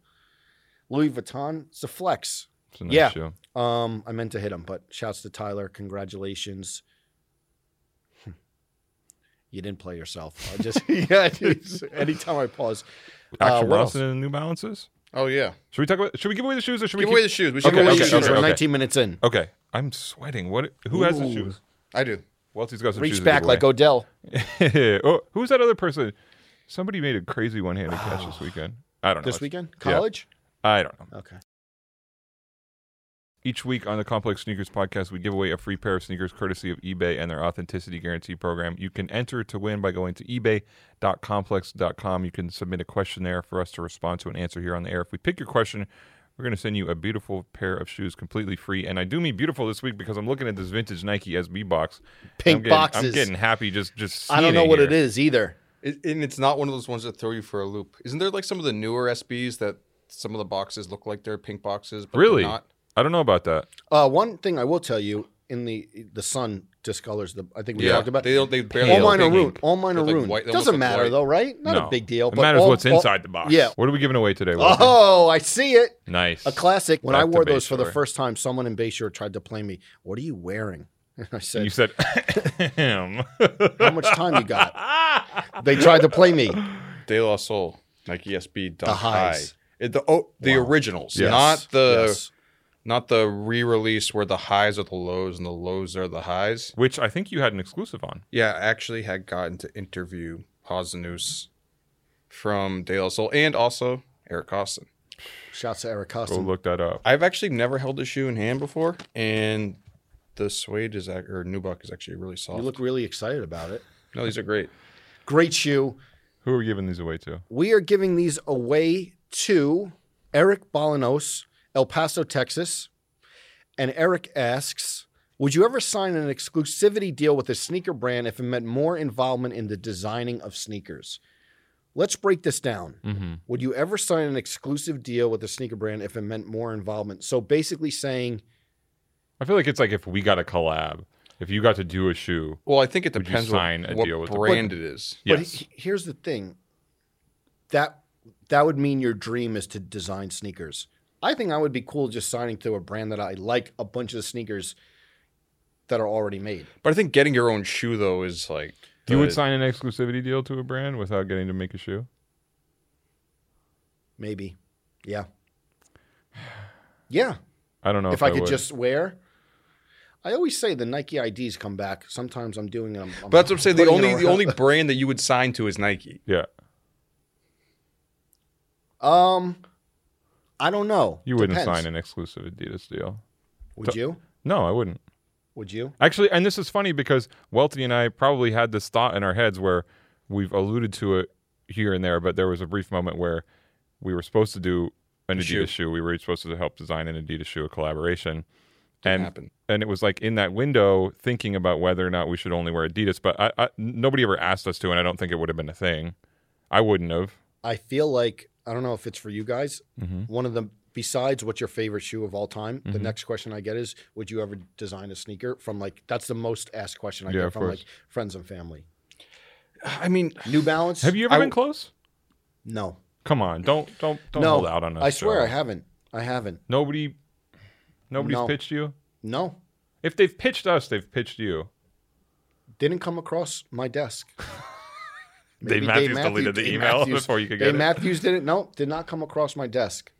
[SPEAKER 1] Louis Vuitton. It's a flex.
[SPEAKER 3] It's a nice
[SPEAKER 1] Yeah.
[SPEAKER 3] shoe.
[SPEAKER 1] Um, I meant to hit him, but shouts to Tyler. Congratulations. You didn't play yourself. I just yeah. it's- Anytime I pause, Uh,
[SPEAKER 3] Action
[SPEAKER 1] what
[SPEAKER 3] Bronson and the New Balances.
[SPEAKER 2] Oh yeah,
[SPEAKER 3] Should we talk about? Should we give away the shoes or should
[SPEAKER 2] give
[SPEAKER 3] we
[SPEAKER 2] away
[SPEAKER 3] keep-
[SPEAKER 2] the shoes. We should
[SPEAKER 3] Okay,
[SPEAKER 2] give away
[SPEAKER 1] Shoes,
[SPEAKER 2] the shoes.
[SPEAKER 1] we're
[SPEAKER 3] okay.
[SPEAKER 1] 19 minutes in.
[SPEAKER 3] Okay, I'm sweating. What? Who has the
[SPEAKER 1] Ooh.
[SPEAKER 3] shoes?
[SPEAKER 2] I do.
[SPEAKER 3] Welty's got some shoes.
[SPEAKER 1] Reach
[SPEAKER 3] to
[SPEAKER 1] back
[SPEAKER 3] give
[SPEAKER 1] like
[SPEAKER 3] away.
[SPEAKER 1] Odell.
[SPEAKER 3] oh, who's that other person? Somebody made a crazy one-handed catch this weekend. I don't know.
[SPEAKER 1] This
[SPEAKER 3] It's-
[SPEAKER 1] weekend,
[SPEAKER 3] yeah.
[SPEAKER 1] college.
[SPEAKER 3] I don't know.
[SPEAKER 1] Okay.
[SPEAKER 3] Each week on the Complex Sneakers podcast, we give away a free pair of sneakers courtesy of eBay and their authenticity guarantee program. You can enter to win by going to ebay.complex.com. You can submit a questionnaire for us to respond to and answer here on the air. If we pick your question, we're going to send you a beautiful pair of shoes completely free. And I do mean beautiful this week because I'm looking at this vintage Nike SB box.
[SPEAKER 1] Pink
[SPEAKER 3] I'm getting, I'm
[SPEAKER 1] boxes.
[SPEAKER 3] getting happy just just
[SPEAKER 1] I don't
[SPEAKER 3] seeing
[SPEAKER 1] know what
[SPEAKER 3] here.
[SPEAKER 1] it is either.
[SPEAKER 2] It, and it's not one of those ones that throw you for a loop. Isn't there like some of the newer SBs that some of the boxes look like they're pink boxes, but
[SPEAKER 3] Really?
[SPEAKER 2] they're not.
[SPEAKER 3] I don't know about that.
[SPEAKER 1] Uh, one thing I will tell you in the the sun discolors the I think we
[SPEAKER 2] Yeah,
[SPEAKER 1] talked about
[SPEAKER 2] they don't. They barely
[SPEAKER 1] all
[SPEAKER 2] look
[SPEAKER 1] mine are
[SPEAKER 2] pink.
[SPEAKER 1] ruined. All mine are
[SPEAKER 2] They're like
[SPEAKER 1] ruined.
[SPEAKER 2] white- they almost
[SPEAKER 1] Doesn't
[SPEAKER 2] look
[SPEAKER 1] matter
[SPEAKER 2] white.
[SPEAKER 1] though, right? Not
[SPEAKER 3] No.
[SPEAKER 1] a big deal.
[SPEAKER 3] It
[SPEAKER 1] but
[SPEAKER 3] matters
[SPEAKER 1] all-
[SPEAKER 3] what's
[SPEAKER 1] all-
[SPEAKER 3] inside the box.
[SPEAKER 1] yeah.
[SPEAKER 3] What are we giving away today? Walter?
[SPEAKER 1] Oh, I see it.
[SPEAKER 3] nice.
[SPEAKER 1] A classic. When
[SPEAKER 3] Back
[SPEAKER 1] I
[SPEAKER 3] to
[SPEAKER 1] wore those for the
[SPEAKER 3] Bayshore.
[SPEAKER 1] first time, someone in Bayshore tried to play me. What are you wearing? And I
[SPEAKER 3] And
[SPEAKER 1] said,
[SPEAKER 3] you said, "Ahem."
[SPEAKER 1] How much time you got? they tried to play me.
[SPEAKER 2] De La Soul, Nike SB, Dunk
[SPEAKER 1] The
[SPEAKER 2] High.
[SPEAKER 1] highs.
[SPEAKER 2] It- the oh, the
[SPEAKER 1] Wow.
[SPEAKER 2] originals,
[SPEAKER 3] Yes.
[SPEAKER 2] not the
[SPEAKER 1] Yes.
[SPEAKER 2] not the re-release where the highs are the lows and the lows are the highs.
[SPEAKER 3] Which I think you had an exclusive on.
[SPEAKER 2] Yeah, I actually had gotten to interview Pazanus from De La Soul and also Eric Austin.
[SPEAKER 1] Shouts to Eric
[SPEAKER 3] Go
[SPEAKER 1] Costin.
[SPEAKER 3] look that up.
[SPEAKER 2] I've actually never held a shoe in hand before, and the suede is ac- or nubuck is actually really soft.
[SPEAKER 1] you look really excited about it.
[SPEAKER 2] no, these are great.
[SPEAKER 1] Great shoe.
[SPEAKER 3] Who are we giving these away to?
[SPEAKER 1] We are giving these away to Eric Balanos, El Paso, Texas. And Eric asks, would you ever sign an exclusivity deal with a sneaker brand if it meant more involvement in the designing of sneakers? Let's break this down.
[SPEAKER 3] Mm-hmm.
[SPEAKER 1] Would you ever sign an exclusive deal with a sneaker brand if it meant more involvement? So basically saying,
[SPEAKER 3] I feel like it's like if we got a collab, if you got to do a shoe.
[SPEAKER 2] Well, I think it
[SPEAKER 3] Would you
[SPEAKER 2] depends
[SPEAKER 3] sign a
[SPEAKER 2] on what
[SPEAKER 3] deal with the-
[SPEAKER 2] brand it is.
[SPEAKER 1] but
[SPEAKER 3] Yes.
[SPEAKER 1] he- here's the thing. That that would mean your dream is to design sneakers. I think I would be cool just signing to a brand that I like a bunch of sneakers that are already made.
[SPEAKER 2] But I think getting your own shoe though is like
[SPEAKER 3] you would
[SPEAKER 2] the-
[SPEAKER 3] sign an exclusivity deal to a brand without getting to make a shoe?
[SPEAKER 1] Maybe. Yeah. Yeah.
[SPEAKER 3] I don't know if,
[SPEAKER 1] if I, could
[SPEAKER 3] would.
[SPEAKER 1] just wear. I always say the Nike IDs come back. Sometimes I'm doing them. I'm
[SPEAKER 2] But that's what I'm saying. The
[SPEAKER 1] putting it
[SPEAKER 2] only the
[SPEAKER 1] around-
[SPEAKER 2] only brand that you would sign to is Nike.
[SPEAKER 3] Yeah,
[SPEAKER 1] Um, I don't know.
[SPEAKER 3] you wouldn't
[SPEAKER 1] Depends.
[SPEAKER 3] sign an exclusive Adidas deal.
[SPEAKER 1] Would you?
[SPEAKER 3] No, I wouldn't.
[SPEAKER 1] Would you?
[SPEAKER 3] Actually, and this is funny because Welty and I probably had this thought in our heads where we've alluded to it here and there, but there was a brief moment where we were supposed to do an Adidas
[SPEAKER 2] Shoe.
[SPEAKER 3] shoe. We were supposed to help design an Adidas shoe, a collaboration.
[SPEAKER 2] Didn't
[SPEAKER 3] And
[SPEAKER 2] happen.
[SPEAKER 3] and it was like in that window thinking about whether or not we should only wear Adidas, but I, I, nobody ever asked us to, and I don't think it would have been a thing. I wouldn't have.
[SPEAKER 1] I feel like I don't know if it's for you guys.
[SPEAKER 3] Mm-hmm.
[SPEAKER 1] One of the besides what's your favorite shoe of all time. The
[SPEAKER 3] Mhm.
[SPEAKER 1] next question I get is, would you ever design a sneaker? From like that's the most asked question I
[SPEAKER 3] Yeah,
[SPEAKER 1] get
[SPEAKER 3] of
[SPEAKER 1] from
[SPEAKER 3] course.
[SPEAKER 1] like friends and family.
[SPEAKER 2] I mean,
[SPEAKER 1] New Balance?
[SPEAKER 3] Have you ever
[SPEAKER 2] I-
[SPEAKER 3] been close?
[SPEAKER 1] No,
[SPEAKER 3] Come on, don't don't don't
[SPEAKER 1] No,
[SPEAKER 3] hold out on us.
[SPEAKER 1] I swear
[SPEAKER 3] Joe.
[SPEAKER 1] I haven't. I haven't.
[SPEAKER 3] Nobody, nobody's
[SPEAKER 1] No.
[SPEAKER 3] pitched you.
[SPEAKER 1] No,
[SPEAKER 3] If they've pitched us, they've pitched you.
[SPEAKER 1] didn't come across my desk.
[SPEAKER 3] Dave Matthews deleted the email before you could get
[SPEAKER 1] Dave
[SPEAKER 3] it.
[SPEAKER 1] Matthews didn't. No, did not come across my desk.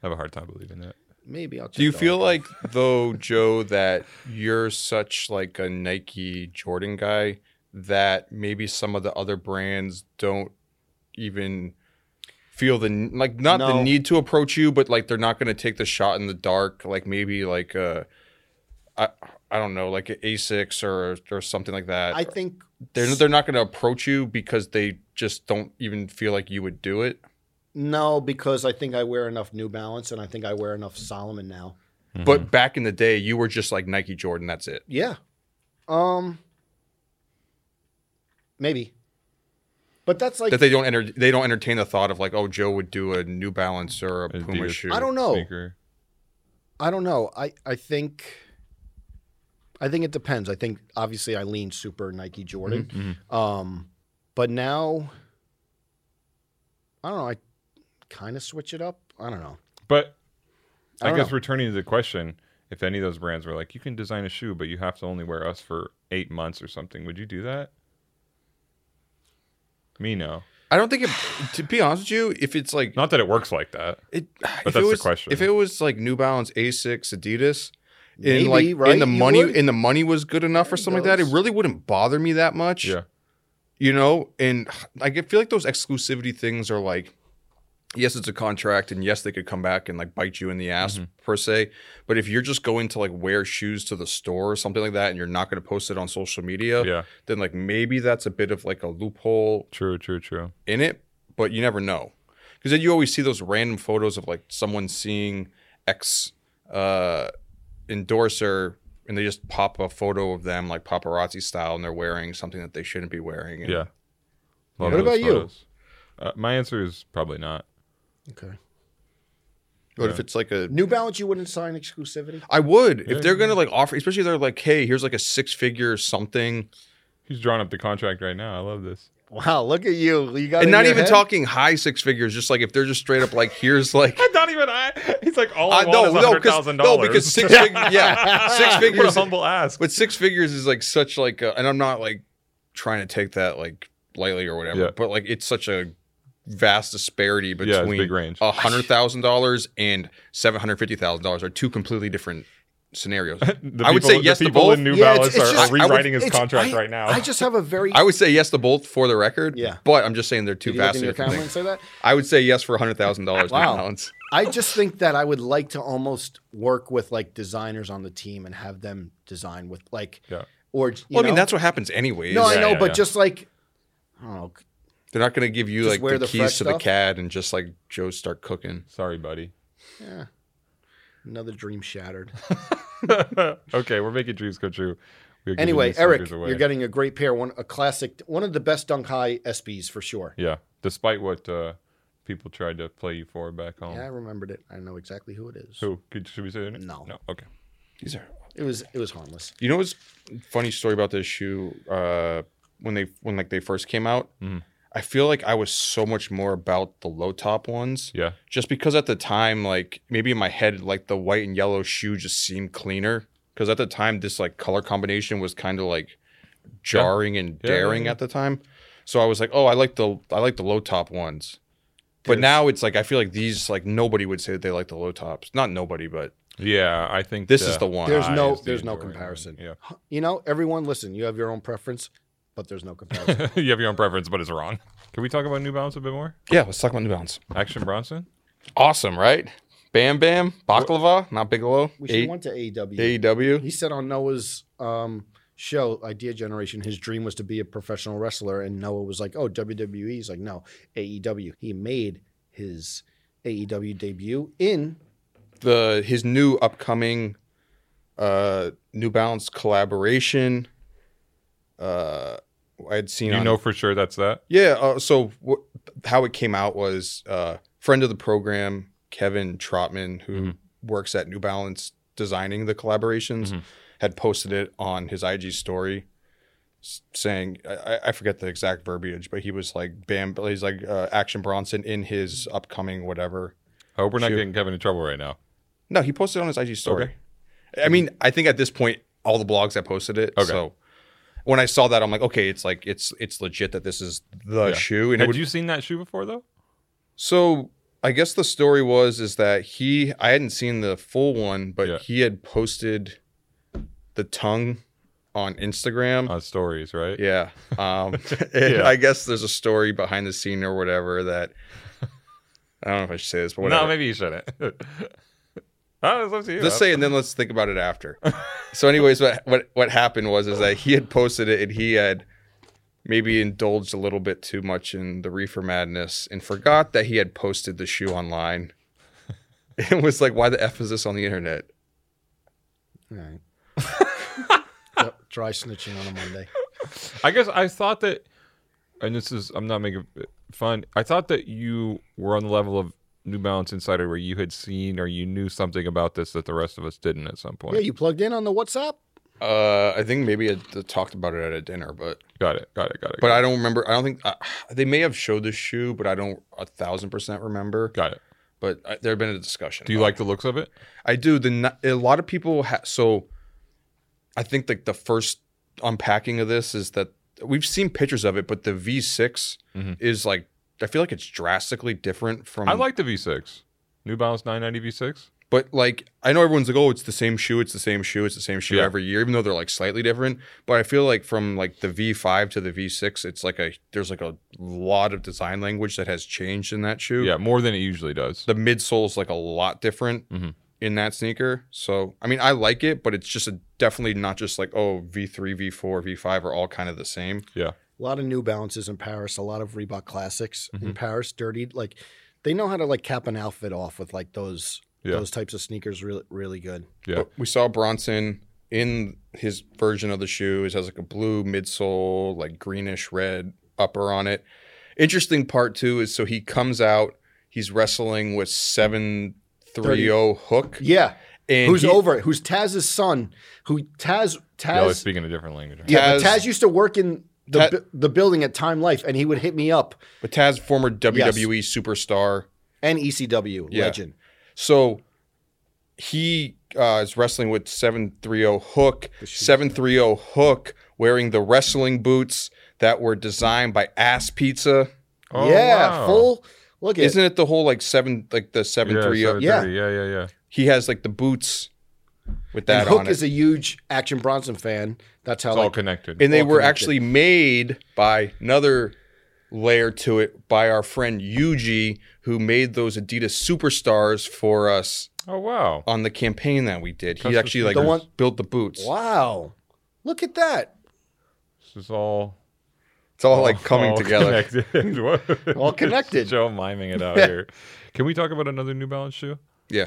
[SPEAKER 3] I have a hard time believing that.
[SPEAKER 1] Maybe I'll.
[SPEAKER 2] do you
[SPEAKER 1] check that
[SPEAKER 2] feel
[SPEAKER 1] out.
[SPEAKER 2] like though, Joe, that you're such like a Nike Jordan guy that maybe some of the other brands don't even feel the like not
[SPEAKER 1] No.
[SPEAKER 2] the need to approach you, but like they're not going to take the shot in the dark. Like maybe like uh, I I don't know, like Asics or or something like that.
[SPEAKER 1] I think
[SPEAKER 2] they're they're not going to approach you because they just don't even feel like you would do it.
[SPEAKER 1] Mm-hmm. No, because I think I wear enough New Balance and I think I wear enough Solomon now.
[SPEAKER 2] But back in the day, you were just like Nike Jordan. That's it.
[SPEAKER 1] Yeah. Um maybe. But that's like
[SPEAKER 2] That they don't enter. They don't entertain the thought of like, oh, Joe would do a New Balance or a Puma
[SPEAKER 3] Adidas
[SPEAKER 2] shoe.
[SPEAKER 1] I don't know.
[SPEAKER 3] sneaker.
[SPEAKER 1] I don't know. I I think I think it depends. I think obviously I lean super Nike Jordan.
[SPEAKER 2] Mm-hmm.
[SPEAKER 1] Um but now I don't know, I kind of switch it up. I don't know.
[SPEAKER 3] But
[SPEAKER 1] I
[SPEAKER 3] I,
[SPEAKER 1] don't
[SPEAKER 3] guess
[SPEAKER 1] know.
[SPEAKER 3] returning to the question, if any of those brands were like, you can design a shoe, but you have to only wear us for eight months or something, would you do that? Me no.
[SPEAKER 2] I don't think it. To be honest with you, if it's like,
[SPEAKER 3] Not that it works like that.
[SPEAKER 2] it, if
[SPEAKER 3] that's
[SPEAKER 2] it
[SPEAKER 3] the
[SPEAKER 2] was,
[SPEAKER 3] question.
[SPEAKER 2] If it was like New Balance, Asics, Adidas, and
[SPEAKER 1] Maybe,
[SPEAKER 2] like
[SPEAKER 1] right?
[SPEAKER 2] and the
[SPEAKER 1] You
[SPEAKER 2] money
[SPEAKER 1] would?
[SPEAKER 2] and the money was good enough
[SPEAKER 1] There
[SPEAKER 2] or
[SPEAKER 1] it
[SPEAKER 2] something like that, it
[SPEAKER 1] goes.
[SPEAKER 2] really wouldn't bother me that much.
[SPEAKER 3] Yeah.
[SPEAKER 2] you know and i get- feel like those exclusivity things are like yes it's a contract and yes they could come back and like bite you in the ass
[SPEAKER 3] Mm-hmm.
[SPEAKER 2] per se but if you're just going to like wear shoes to the store or something like that and you're not going to post it on social media
[SPEAKER 3] Yeah.
[SPEAKER 2] then like maybe that's a bit of like a loophole
[SPEAKER 3] True, true, true.
[SPEAKER 2] in it but you never know because then you always see those random photos of like someone seeing x uh endorser and they just pop a photo of them like paparazzi style and they're wearing something that they shouldn't be wearing and
[SPEAKER 3] Yeah.
[SPEAKER 1] What about you?
[SPEAKER 3] you? Uh, my answer is probably not.
[SPEAKER 1] Okay.
[SPEAKER 2] But if it's like a
[SPEAKER 1] New Balance, you wouldn't sign exclusivity.
[SPEAKER 2] I would
[SPEAKER 3] Yeah,
[SPEAKER 2] if they're gonna like offer, especially if they're like, hey, here's like a six figure something,
[SPEAKER 3] He's drawing up the contract right now. I love this.
[SPEAKER 1] Wow, look at you. You got it
[SPEAKER 2] and
[SPEAKER 1] in
[SPEAKER 2] not
[SPEAKER 1] your
[SPEAKER 2] even
[SPEAKER 1] head?
[SPEAKER 2] talking high six figures, just like if they're just straight up like, here's like.
[SPEAKER 3] Not even I. He's like all
[SPEAKER 2] I
[SPEAKER 3] I
[SPEAKER 2] no,
[SPEAKER 3] want is
[SPEAKER 2] no,
[SPEAKER 3] hundred
[SPEAKER 2] because
[SPEAKER 3] thousand
[SPEAKER 2] no,
[SPEAKER 3] dollars.
[SPEAKER 2] because six, fig- yeah, six
[SPEAKER 3] what a
[SPEAKER 2] figures,
[SPEAKER 3] humble ask.
[SPEAKER 2] but six figures is like such like, a, and I'm not like trying to take that like lightly or whatever,
[SPEAKER 3] Yeah.
[SPEAKER 2] but like it's such a vast disparity
[SPEAKER 3] Yeah, it's a big
[SPEAKER 2] between Oh,
[SPEAKER 3] range.
[SPEAKER 2] a hundred thousand dollars and seven hundred fifty thousand dollars are two completely different scenarios.
[SPEAKER 3] The
[SPEAKER 2] I would
[SPEAKER 3] people-
[SPEAKER 2] say yes
[SPEAKER 3] the
[SPEAKER 2] to
[SPEAKER 3] people
[SPEAKER 2] both.
[SPEAKER 3] in New
[SPEAKER 1] Yeah, it's-
[SPEAKER 3] Balance
[SPEAKER 1] it's
[SPEAKER 3] are,
[SPEAKER 1] just-
[SPEAKER 2] I- I
[SPEAKER 3] are
[SPEAKER 2] would-
[SPEAKER 3] rewriting his
[SPEAKER 1] It's-
[SPEAKER 3] contract
[SPEAKER 1] I-
[SPEAKER 3] right now.
[SPEAKER 1] I just have a very.
[SPEAKER 2] I would say yes to both for the record.
[SPEAKER 1] Yeah.
[SPEAKER 2] But I'm just saying they're two
[SPEAKER 1] Did you look
[SPEAKER 2] vastly
[SPEAKER 1] in your
[SPEAKER 2] different
[SPEAKER 1] camera
[SPEAKER 2] things.
[SPEAKER 1] and say that?
[SPEAKER 2] I would say yes for hundred thousand dollars.
[SPEAKER 1] Wow.
[SPEAKER 2] Balance.
[SPEAKER 1] I just think that I would like to almost work with like designers on the team and have them design with like,
[SPEAKER 3] Yeah.
[SPEAKER 1] or you
[SPEAKER 2] Well, I mean
[SPEAKER 1] know?
[SPEAKER 2] that's what happens anyways.
[SPEAKER 1] no, I know,
[SPEAKER 3] yeah,
[SPEAKER 1] but
[SPEAKER 3] yeah.
[SPEAKER 1] just like, I don't know,
[SPEAKER 2] They're not going to give you
[SPEAKER 1] Just
[SPEAKER 2] like
[SPEAKER 1] wear
[SPEAKER 2] the,
[SPEAKER 1] the fresh
[SPEAKER 2] keys to the
[SPEAKER 1] stuff.
[SPEAKER 2] CAD and just like Joe start cooking.
[SPEAKER 3] Sorry, buddy.
[SPEAKER 1] yeah, another dream shattered.
[SPEAKER 3] okay, we're making dreams come true. We are giving
[SPEAKER 1] Anyway,
[SPEAKER 3] these
[SPEAKER 1] Eric,
[SPEAKER 3] sneakers away.
[SPEAKER 1] you're getting a great pair, one a classic, one of the best Dunk High SBs for sure.
[SPEAKER 3] yeah. Despite what uh, people tried to play you for back home.
[SPEAKER 1] Yeah, I remembered it. I know exactly who it is.
[SPEAKER 3] Who could, should we say? their name?
[SPEAKER 1] No.
[SPEAKER 3] No. Okay.
[SPEAKER 2] These are.
[SPEAKER 1] It was it was harmless.
[SPEAKER 2] You know what's funny story about this shoe? Uh, when they when like they first came out,
[SPEAKER 3] Mhm.
[SPEAKER 2] I feel like I was so much more about the low top ones.
[SPEAKER 3] Yeah.
[SPEAKER 2] just because at the time, like maybe in my head, like the white and yellow shoe just seemed cleaner. Because at the time, this like color combination was kind of like jarring and
[SPEAKER 3] Yeah, yeah,
[SPEAKER 2] daring
[SPEAKER 3] yeah.
[SPEAKER 2] at the time. So I was like, oh, I like the I like the low top ones. But
[SPEAKER 1] There's-
[SPEAKER 2] now it's like I feel like these like nobody would say that they like the low tops. Not nobody, but
[SPEAKER 3] Yeah. I think
[SPEAKER 2] this is the one.
[SPEAKER 1] There's
[SPEAKER 3] Ah,
[SPEAKER 1] no
[SPEAKER 3] it's the
[SPEAKER 1] there's no
[SPEAKER 3] Jordan.
[SPEAKER 1] comparison.
[SPEAKER 3] Yeah.
[SPEAKER 1] You know, everyone, listen, you have your own preference, but there's no comparison.
[SPEAKER 3] you have your own preference, but it's wrong. Can we talk about New Balance a bit more?
[SPEAKER 2] yeah, let's talk about New Balance.
[SPEAKER 3] Action Bronson.
[SPEAKER 2] Awesome, right? Bam Bam, Baklava, not Bigelow.
[SPEAKER 1] We should
[SPEAKER 2] A- E
[SPEAKER 1] want to AEW.
[SPEAKER 2] AEW.
[SPEAKER 1] He said on Noah's um, show, Idea Generation, his dream was to be a professional wrestler, and Noah was like, "Oh, WWE." He's like, "No, AEW." He made his AEW debut in
[SPEAKER 2] the his new upcoming uh New Balance collaboration. Uh I'd seen
[SPEAKER 3] You
[SPEAKER 2] on-
[SPEAKER 3] know for sure that's that.
[SPEAKER 2] yeah. Uh, so wh- how it came out was uh, friend of the program Kevin Trotman, who
[SPEAKER 3] Mhm.
[SPEAKER 2] works at New Balance designing the collaborations,
[SPEAKER 3] Mhm.
[SPEAKER 2] had posted it on his IG story, s- saying I, I- I forget the exact verbiage, but he was like Bam, he's like uh, Action Bronson in his upcoming whatever.
[SPEAKER 3] I hope we're not
[SPEAKER 2] Shoot.
[SPEAKER 3] getting Kevin in trouble right now.
[SPEAKER 2] No, he posted it on his IG story.
[SPEAKER 3] Okay.
[SPEAKER 2] I mean, I think at this point, all the blogs that posted it.
[SPEAKER 3] Okay.
[SPEAKER 2] So when I saw that, I'm like, okay, it's like it's it's legit that this is the
[SPEAKER 3] Yeah.
[SPEAKER 2] shoe. And it
[SPEAKER 3] Had
[SPEAKER 2] would,
[SPEAKER 3] you seen that shoe before though?
[SPEAKER 2] so I guess the story was is that he I hadn't seen the full one, but
[SPEAKER 3] Yeah.
[SPEAKER 2] he had posted the tongue on Instagram.
[SPEAKER 3] On stories, right?
[SPEAKER 2] Yeah. Um, and
[SPEAKER 3] Yeah.
[SPEAKER 2] I guess there's a story behind the scene or whatever that I don't know if I should say this, but whatever.
[SPEAKER 3] no, maybe you shouldn't. oh, it's up to you.
[SPEAKER 2] Let's say, and then let's think about it after. so, anyways, what what what happened was is that he had posted it, and he had maybe indulged a little bit too much in the reefer madness, and forgot that he had posted the shoe online. It was like, why the f is this on the internet?
[SPEAKER 1] all right. Yep, Dry snitching on a Monday.
[SPEAKER 3] I guess I thought that, and this is I'm not making it fun. I thought that you were on the level of New Balance Insider where you had seen or you knew something about this that the rest of us didn't at some point.
[SPEAKER 1] Yeah, you plugged in on the WhatsApp.
[SPEAKER 2] Uh, I think maybe it, it talked about it at a dinner, but
[SPEAKER 3] got it. Got it. Got it.
[SPEAKER 2] but I don't remember. I don't think uh, they may have showed the shoe, but I don't a thousand percent remember.
[SPEAKER 3] got it.
[SPEAKER 2] But I, there had been a discussion.
[SPEAKER 3] Do you
[SPEAKER 2] about
[SPEAKER 3] like the looks of it?
[SPEAKER 2] I do. The n- a lot of people ha- so I think like the first unpacking of this is that we've seen pictures of it, but the V6
[SPEAKER 3] Mhm.
[SPEAKER 2] is like I feel like it's drastically different from
[SPEAKER 3] I like the V6. New Balance 990 V6.
[SPEAKER 2] but like I know everyone's like oh it's the same shoe, it's the same shoe, it's the same shoe
[SPEAKER 3] Yeah.
[SPEAKER 2] every year even though they're like slightly different, but I feel like from like the V5 to the V6 it's like a there's like a lot of design language that has changed in that shoe.
[SPEAKER 3] Yeah, more than it usually does.
[SPEAKER 2] the midsole's like a lot different
[SPEAKER 1] Mm-hmm.
[SPEAKER 3] Mhm.
[SPEAKER 2] in that sneaker. So I mean, I like it, but it's just a, definitely not just like oh V three, V four, V five are all kind of the same.
[SPEAKER 1] A lot of New Balances in Paris. A lot of Reebok classics in Paris. Dirty, like they know how to like cap an outfit off with like those
[SPEAKER 3] Yeah.
[SPEAKER 1] those types of sneakers. Really, really good.
[SPEAKER 3] Yeah.
[SPEAKER 2] But we saw Bronson in his version of the shoe. It has like a blue midsole, like greenish red upper on it. Interesting part too is so he comes out, he's wrestling with seven 3 0 hook.
[SPEAKER 1] Yeah.
[SPEAKER 2] And
[SPEAKER 1] who's
[SPEAKER 2] he-
[SPEAKER 1] over it? Who's Taz's son? Who Taz
[SPEAKER 3] Yeah, they're
[SPEAKER 1] Taz
[SPEAKER 3] speaking a different language. right?
[SPEAKER 1] Yeah, but
[SPEAKER 2] Taz-
[SPEAKER 1] Taz used to work in the
[SPEAKER 2] Taz-
[SPEAKER 1] bu- the building at Time Life, and he would hit me up
[SPEAKER 2] But Taz, former WWE superstar.
[SPEAKER 1] and ECW
[SPEAKER 2] Yeah.
[SPEAKER 1] legend.
[SPEAKER 2] So he uh, is wrestling with 730 Hook. 730 Hook wearing the wrestling boots that were designed by Ass Pizza.
[SPEAKER 3] Oh,
[SPEAKER 1] yeah,
[SPEAKER 3] wow.
[SPEAKER 1] full. Look at
[SPEAKER 2] Isn't it the whole like seven, like the
[SPEAKER 3] Yeah,
[SPEAKER 2] 730?
[SPEAKER 3] 730,
[SPEAKER 1] yeah.
[SPEAKER 3] yeah, yeah, yeah.
[SPEAKER 2] He has like the boots with
[SPEAKER 1] and
[SPEAKER 2] that
[SPEAKER 1] Hook
[SPEAKER 2] on it.
[SPEAKER 1] is a huge Action Bronson fan. That's how
[SPEAKER 3] It's all
[SPEAKER 1] like
[SPEAKER 3] connected.
[SPEAKER 2] and they
[SPEAKER 1] all
[SPEAKER 2] were
[SPEAKER 1] connected.
[SPEAKER 2] actually made by another layer to it by our friend Yuji, who made those Adidas superstars for us
[SPEAKER 3] oh wow.
[SPEAKER 2] on the campaign that we did. He
[SPEAKER 3] Custom
[SPEAKER 2] actually like
[SPEAKER 1] sneakers. The one-
[SPEAKER 2] built the boots.
[SPEAKER 1] wow. Look at that,
[SPEAKER 3] This is all
[SPEAKER 2] It's all like coming
[SPEAKER 3] all
[SPEAKER 2] together.
[SPEAKER 3] connected. Whoa.
[SPEAKER 1] all connected.
[SPEAKER 3] Joe miming it out here. Can we talk about another New Balance shoe?
[SPEAKER 2] Yeah.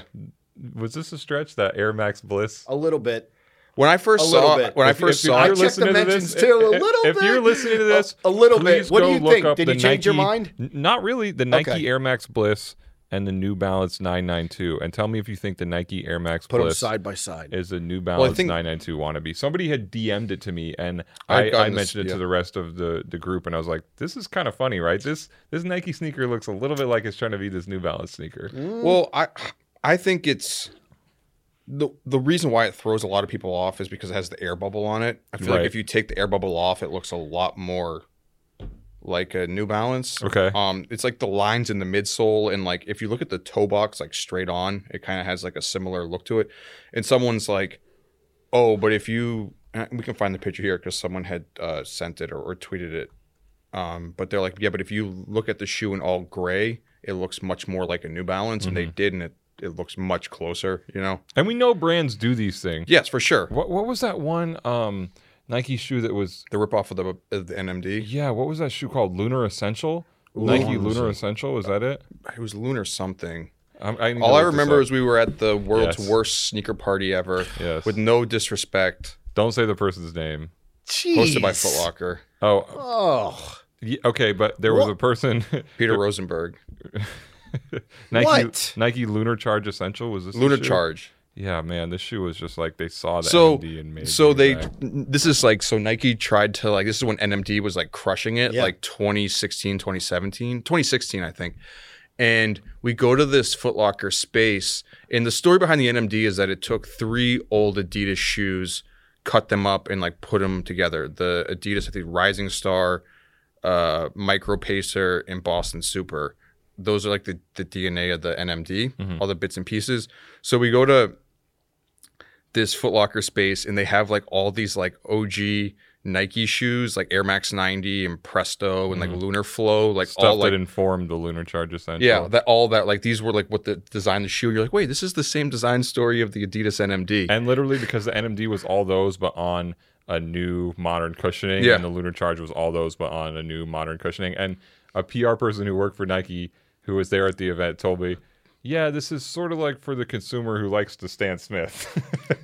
[SPEAKER 3] Was this a stretch? That Air Max Bliss.
[SPEAKER 1] a little bit.
[SPEAKER 2] When I first
[SPEAKER 1] A little
[SPEAKER 2] saw
[SPEAKER 1] bit.
[SPEAKER 2] when I
[SPEAKER 3] If-
[SPEAKER 2] first
[SPEAKER 3] if
[SPEAKER 2] saw
[SPEAKER 1] I
[SPEAKER 3] you're
[SPEAKER 2] it,
[SPEAKER 1] checked the
[SPEAKER 3] listening to this-
[SPEAKER 1] mentions too, a
[SPEAKER 3] if-
[SPEAKER 1] little
[SPEAKER 3] If you're
[SPEAKER 1] bit.
[SPEAKER 3] listening to this,
[SPEAKER 1] A- a little bit.
[SPEAKER 3] please
[SPEAKER 1] What do
[SPEAKER 3] go
[SPEAKER 1] you
[SPEAKER 3] look
[SPEAKER 1] think?
[SPEAKER 3] up
[SPEAKER 1] Did
[SPEAKER 3] the
[SPEAKER 1] he change your
[SPEAKER 3] Nike-
[SPEAKER 1] mind?
[SPEAKER 3] N- Not really. The Nike
[SPEAKER 1] Okay.
[SPEAKER 3] Air Max Bliss and the New Balance 992, and tell me if you think the Nike Air Max
[SPEAKER 1] Put them
[SPEAKER 3] Bliss
[SPEAKER 1] side by side.
[SPEAKER 3] is a New Balance
[SPEAKER 2] think-
[SPEAKER 3] 992 wannabe. Somebody had DM'd it to me, and
[SPEAKER 2] I've
[SPEAKER 3] I, I
[SPEAKER 2] gotten this,
[SPEAKER 3] mentioned it
[SPEAKER 2] yeah.
[SPEAKER 3] to the rest of the, the group, and I was like, "This is kind of funny, right? This this Nike sneaker looks a little bit like it's trying to be this New Balance sneaker."
[SPEAKER 1] Mm.
[SPEAKER 2] well, I I think it's the the reason why it throws a lot of people off is because it has the air bubble on it. I feel
[SPEAKER 3] Right.
[SPEAKER 2] like if you take the air bubble off, it looks a lot more like a New Balance.
[SPEAKER 3] Okay.
[SPEAKER 2] Um, it's like the lines in the midsole, and like if you look at the toe box, like straight on, it kind of has like a similar look to it. And someone's like, "Oh, but if you," and we can find the picture here because someone had uh, sent it or, or tweeted it. Um, but they're like, "Yeah, but if you look at the shoe in all gray, it looks much more like a New Balance," and they did, and it it looks much closer. You know?
[SPEAKER 3] And we know brands do these things.
[SPEAKER 2] Yes, for sure.
[SPEAKER 3] What what was that one um, Nike shoe that was?
[SPEAKER 2] The rip off of the of the NMD.
[SPEAKER 3] Yeah, what was that shoe called? Lunar Essential. Nike Lunar Essential was that it?
[SPEAKER 2] It was Lunar something.
[SPEAKER 3] I'm, I need to
[SPEAKER 2] All I
[SPEAKER 3] look this
[SPEAKER 2] remember
[SPEAKER 3] up.
[SPEAKER 2] is we were at the world's
[SPEAKER 3] Yes.
[SPEAKER 2] worst sneaker party ever.
[SPEAKER 3] Yes.
[SPEAKER 2] With no disrespect,
[SPEAKER 3] don't say the person's name.
[SPEAKER 1] Jeez.
[SPEAKER 2] hosted by Foot Locker,
[SPEAKER 3] Oh,
[SPEAKER 1] Oh,
[SPEAKER 3] y- okay, but there was
[SPEAKER 1] What?
[SPEAKER 3] a person.
[SPEAKER 2] Peter Rosenberg,
[SPEAKER 3] Nike
[SPEAKER 1] What?
[SPEAKER 3] Nike Lunar Charge Essential was this the
[SPEAKER 2] Lunar
[SPEAKER 3] shoe?
[SPEAKER 2] Charge.
[SPEAKER 3] Yeah, man, this shoe was just like they saw the
[SPEAKER 2] So,
[SPEAKER 3] NMD and made
[SPEAKER 2] so
[SPEAKER 3] it
[SPEAKER 2] they,
[SPEAKER 3] back.
[SPEAKER 2] this is like, so Nike tried to like, this is when NMD was like crushing it,
[SPEAKER 1] Yeah.
[SPEAKER 2] like 2016, 2017, 2016, I think. And we go to this Foot Locker space, and the story behind the NMD is that it took three old Adidas shoes, cut them up, and like put them together. The Adidas, I think, Rising Star, uh, Micro Pacer, and Boston Super. Those are like the, the DNA of the NMD, all the bits and pieces. So we go to this Foot Locker space and they have like all these like OG Nike shoes, like Air Max 90 and Presto and like Lunar Flow, like
[SPEAKER 3] stuff
[SPEAKER 2] all like
[SPEAKER 3] that informed the Lunar Charge Essential.
[SPEAKER 2] yeah, that all that like these were like what the design of the shoe. You're like, wait, this is the same design story of the Adidas NMD.
[SPEAKER 3] and literally because the NMD was all those, but on a new modern cushioning,
[SPEAKER 2] Yeah.
[SPEAKER 3] and the Lunar Charge was all those, but on a new modern cushioning. And a PR person who worked for Nike, who was there at the event, told me. Yeah, this is sort of like for the consumer who likes to Stan Smith.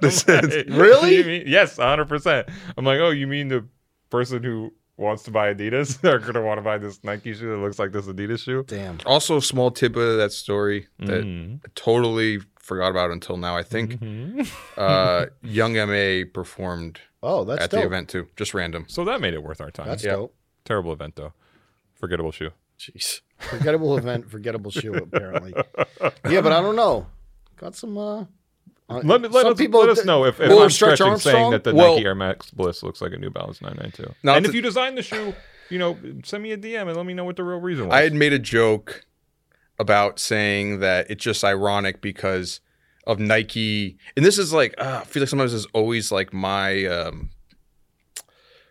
[SPEAKER 3] this is,
[SPEAKER 1] Really?
[SPEAKER 3] yes, 100%. I'm like, oh, you mean the person who wants to buy Adidas? They're going to want to buy this Nike shoe that looks like this Adidas shoe?
[SPEAKER 1] damn.
[SPEAKER 2] also, a small tidbit of that story that
[SPEAKER 3] Mhm.
[SPEAKER 2] I totally forgot about until now. I think
[SPEAKER 3] Mhm.
[SPEAKER 2] uh, Young Ma performed
[SPEAKER 1] Oh, that's
[SPEAKER 2] at
[SPEAKER 1] dope.
[SPEAKER 2] the event too. Just random.
[SPEAKER 3] So that made it worth our time.
[SPEAKER 1] That's
[SPEAKER 2] Yeah.
[SPEAKER 1] dope.
[SPEAKER 3] Terrible event though. Forgettable shoe.
[SPEAKER 1] Jeez. Forgettable event, forgettable shoe, apparently. Yeah, but I don't know. Got some. uh uh,
[SPEAKER 3] Let me let,
[SPEAKER 1] some
[SPEAKER 3] us, let us
[SPEAKER 1] th-
[SPEAKER 3] know if, if
[SPEAKER 1] Well,
[SPEAKER 3] I'm
[SPEAKER 1] Stretch
[SPEAKER 3] stretching saying
[SPEAKER 1] Armstrong?
[SPEAKER 3] that the
[SPEAKER 2] Well-
[SPEAKER 3] Nike Air Max Bliss looks like a New Balance 992.
[SPEAKER 2] Now,
[SPEAKER 3] and
[SPEAKER 2] it's
[SPEAKER 3] if
[SPEAKER 2] a-
[SPEAKER 3] you design the shoe, you know, send me a DM and let me know what the real reason was.
[SPEAKER 2] I had made a joke about saying that it's just ironic because of Nike, and this is like uh, I feel like sometimes is always like my um,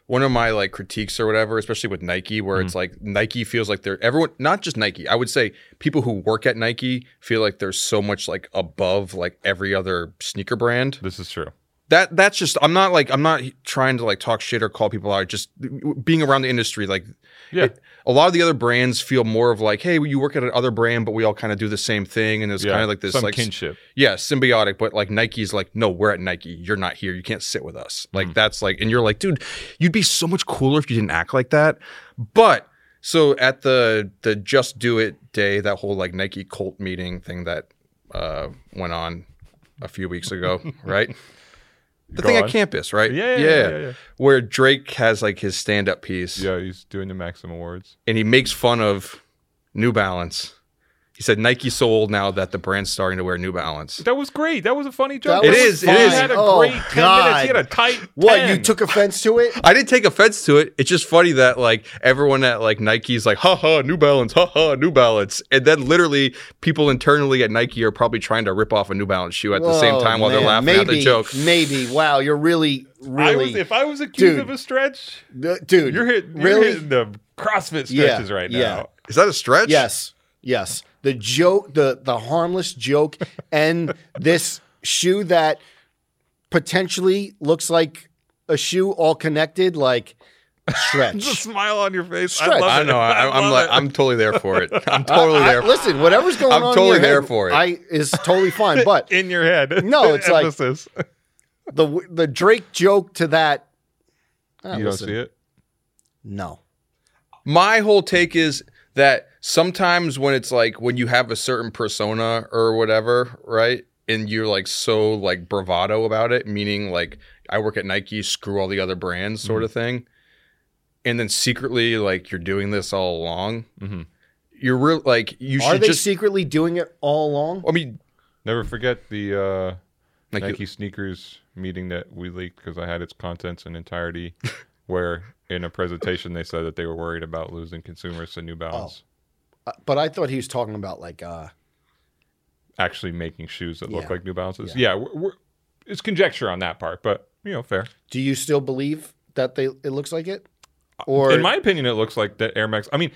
[SPEAKER 2] one of my like critiques or whatever, especially with Nike, where it's like Nike feels like they're everyone, not just Nike. I would say people who work at Nike feel like they're so much like above like every other sneaker brand.
[SPEAKER 3] this is true.
[SPEAKER 2] That that's just I'm not like I'm not trying to like talk shit or call people out. Just being around the industry, like
[SPEAKER 3] Yeah.
[SPEAKER 2] it- a lot of the other brands feel more of like, hey, you work at another brand, but we all kind of do the same thing, and it's
[SPEAKER 3] yeah.
[SPEAKER 2] kind of like this,
[SPEAKER 3] Some
[SPEAKER 2] like,
[SPEAKER 3] kinship.
[SPEAKER 2] yeah, symbiotic. But like Nike's like, no, we're at Nike. You're not here. You can't sit with us. Like
[SPEAKER 3] Mm.
[SPEAKER 2] that's like, and you're like, dude, you'd be so much cooler if you didn't act like that. But so at the the Just Do It day, that whole like Nike cult meeting thing that uh, went on a few weeks ago, right? The
[SPEAKER 3] Go
[SPEAKER 2] thing
[SPEAKER 3] on.
[SPEAKER 2] at campus, right?
[SPEAKER 3] Yeah, yeah, yeah, yeah, yeah.
[SPEAKER 2] Where Drake has like his stand-up piece,
[SPEAKER 3] Yeah, he's doing the Maxim Awards.
[SPEAKER 2] and he makes fun of New Balance. He said Nike's so old now that the brand's starting to wear New Balance.
[SPEAKER 3] That was great. That was a funny joke.
[SPEAKER 2] It
[SPEAKER 1] was
[SPEAKER 2] is, it
[SPEAKER 1] fine.
[SPEAKER 2] is.
[SPEAKER 3] He had a
[SPEAKER 1] Oh,
[SPEAKER 3] great 10 minutes. He had a tight
[SPEAKER 1] What
[SPEAKER 3] 10.
[SPEAKER 1] you took offense to it?
[SPEAKER 2] I didn't take offense to it. It's just funny that like everyone at like Nike's like, ha ha, New Balance, ha ha, New Balance, and then literally people internally at Nike are probably trying to rip off a New Balance shoe at the same
[SPEAKER 1] Whoa,
[SPEAKER 2] time while they're
[SPEAKER 1] man.
[SPEAKER 2] laughing
[SPEAKER 1] maybe,
[SPEAKER 2] at the joke.
[SPEAKER 1] Maybe. Wow, you're really,
[SPEAKER 3] I
[SPEAKER 1] really,
[SPEAKER 3] was, if I was accused
[SPEAKER 1] Dude.
[SPEAKER 3] of a stretch,
[SPEAKER 1] D- dude.
[SPEAKER 3] you're hitting, you're
[SPEAKER 1] really?
[SPEAKER 3] hitting the CrossFit
[SPEAKER 1] Yeah,
[SPEAKER 3] stretches right
[SPEAKER 1] yeah.
[SPEAKER 3] now.
[SPEAKER 2] Is that a stretch?
[SPEAKER 1] Yes, yes. The joke, the the harmless joke, and this shoe that potentially looks like a shoe all connected, like
[SPEAKER 3] Just a
[SPEAKER 1] stretch.
[SPEAKER 3] smile on your face. I
[SPEAKER 1] Stretch.
[SPEAKER 3] love
[SPEAKER 2] I
[SPEAKER 3] it.
[SPEAKER 2] know. I, I'm
[SPEAKER 3] love
[SPEAKER 2] like,
[SPEAKER 3] it.
[SPEAKER 2] I'm totally there for it. I'm totally
[SPEAKER 1] I-
[SPEAKER 2] there.
[SPEAKER 1] listen, whatever's going
[SPEAKER 2] I'm
[SPEAKER 1] on, in
[SPEAKER 2] totally
[SPEAKER 1] your
[SPEAKER 2] there
[SPEAKER 1] head,
[SPEAKER 2] for it.
[SPEAKER 1] I is totally fine, but
[SPEAKER 3] in your head.
[SPEAKER 1] No, it's like-
[SPEAKER 3] Emphasis.
[SPEAKER 1] the the Drake joke to that. ah,
[SPEAKER 3] you don't
[SPEAKER 1] listen,
[SPEAKER 3] see it.
[SPEAKER 1] No.
[SPEAKER 2] My whole take is that sometimes when it's like when you have a certain persona or whatever, right? And you're like so like bravado about it, meaning like I work at Nike, screw all the other brands,
[SPEAKER 3] Mm-hmm.
[SPEAKER 2] sort of thing. And then secretly, like you're doing this all along.
[SPEAKER 3] Mhm.
[SPEAKER 2] You're real like you
[SPEAKER 1] Are
[SPEAKER 2] should
[SPEAKER 1] they
[SPEAKER 2] just.
[SPEAKER 1] secretly doing it all along?
[SPEAKER 2] I mean,
[SPEAKER 3] Never forget the uh,
[SPEAKER 2] like
[SPEAKER 3] Nike sneakers meeting that we leaked because I had its contents in entirety, where in a presentation they said that they were worried about losing consumers to New Balance
[SPEAKER 1] Uh, But I thought he was talking about like uh
[SPEAKER 3] actually making shoes that look
[SPEAKER 1] Yeah.
[SPEAKER 3] like New Balances. Yeah, we're, we're, it's conjecture on that part, but you know, fair.
[SPEAKER 1] do you still believe that they it looks like it? Or
[SPEAKER 3] in my opinion, it looks like the Air Max. I mean,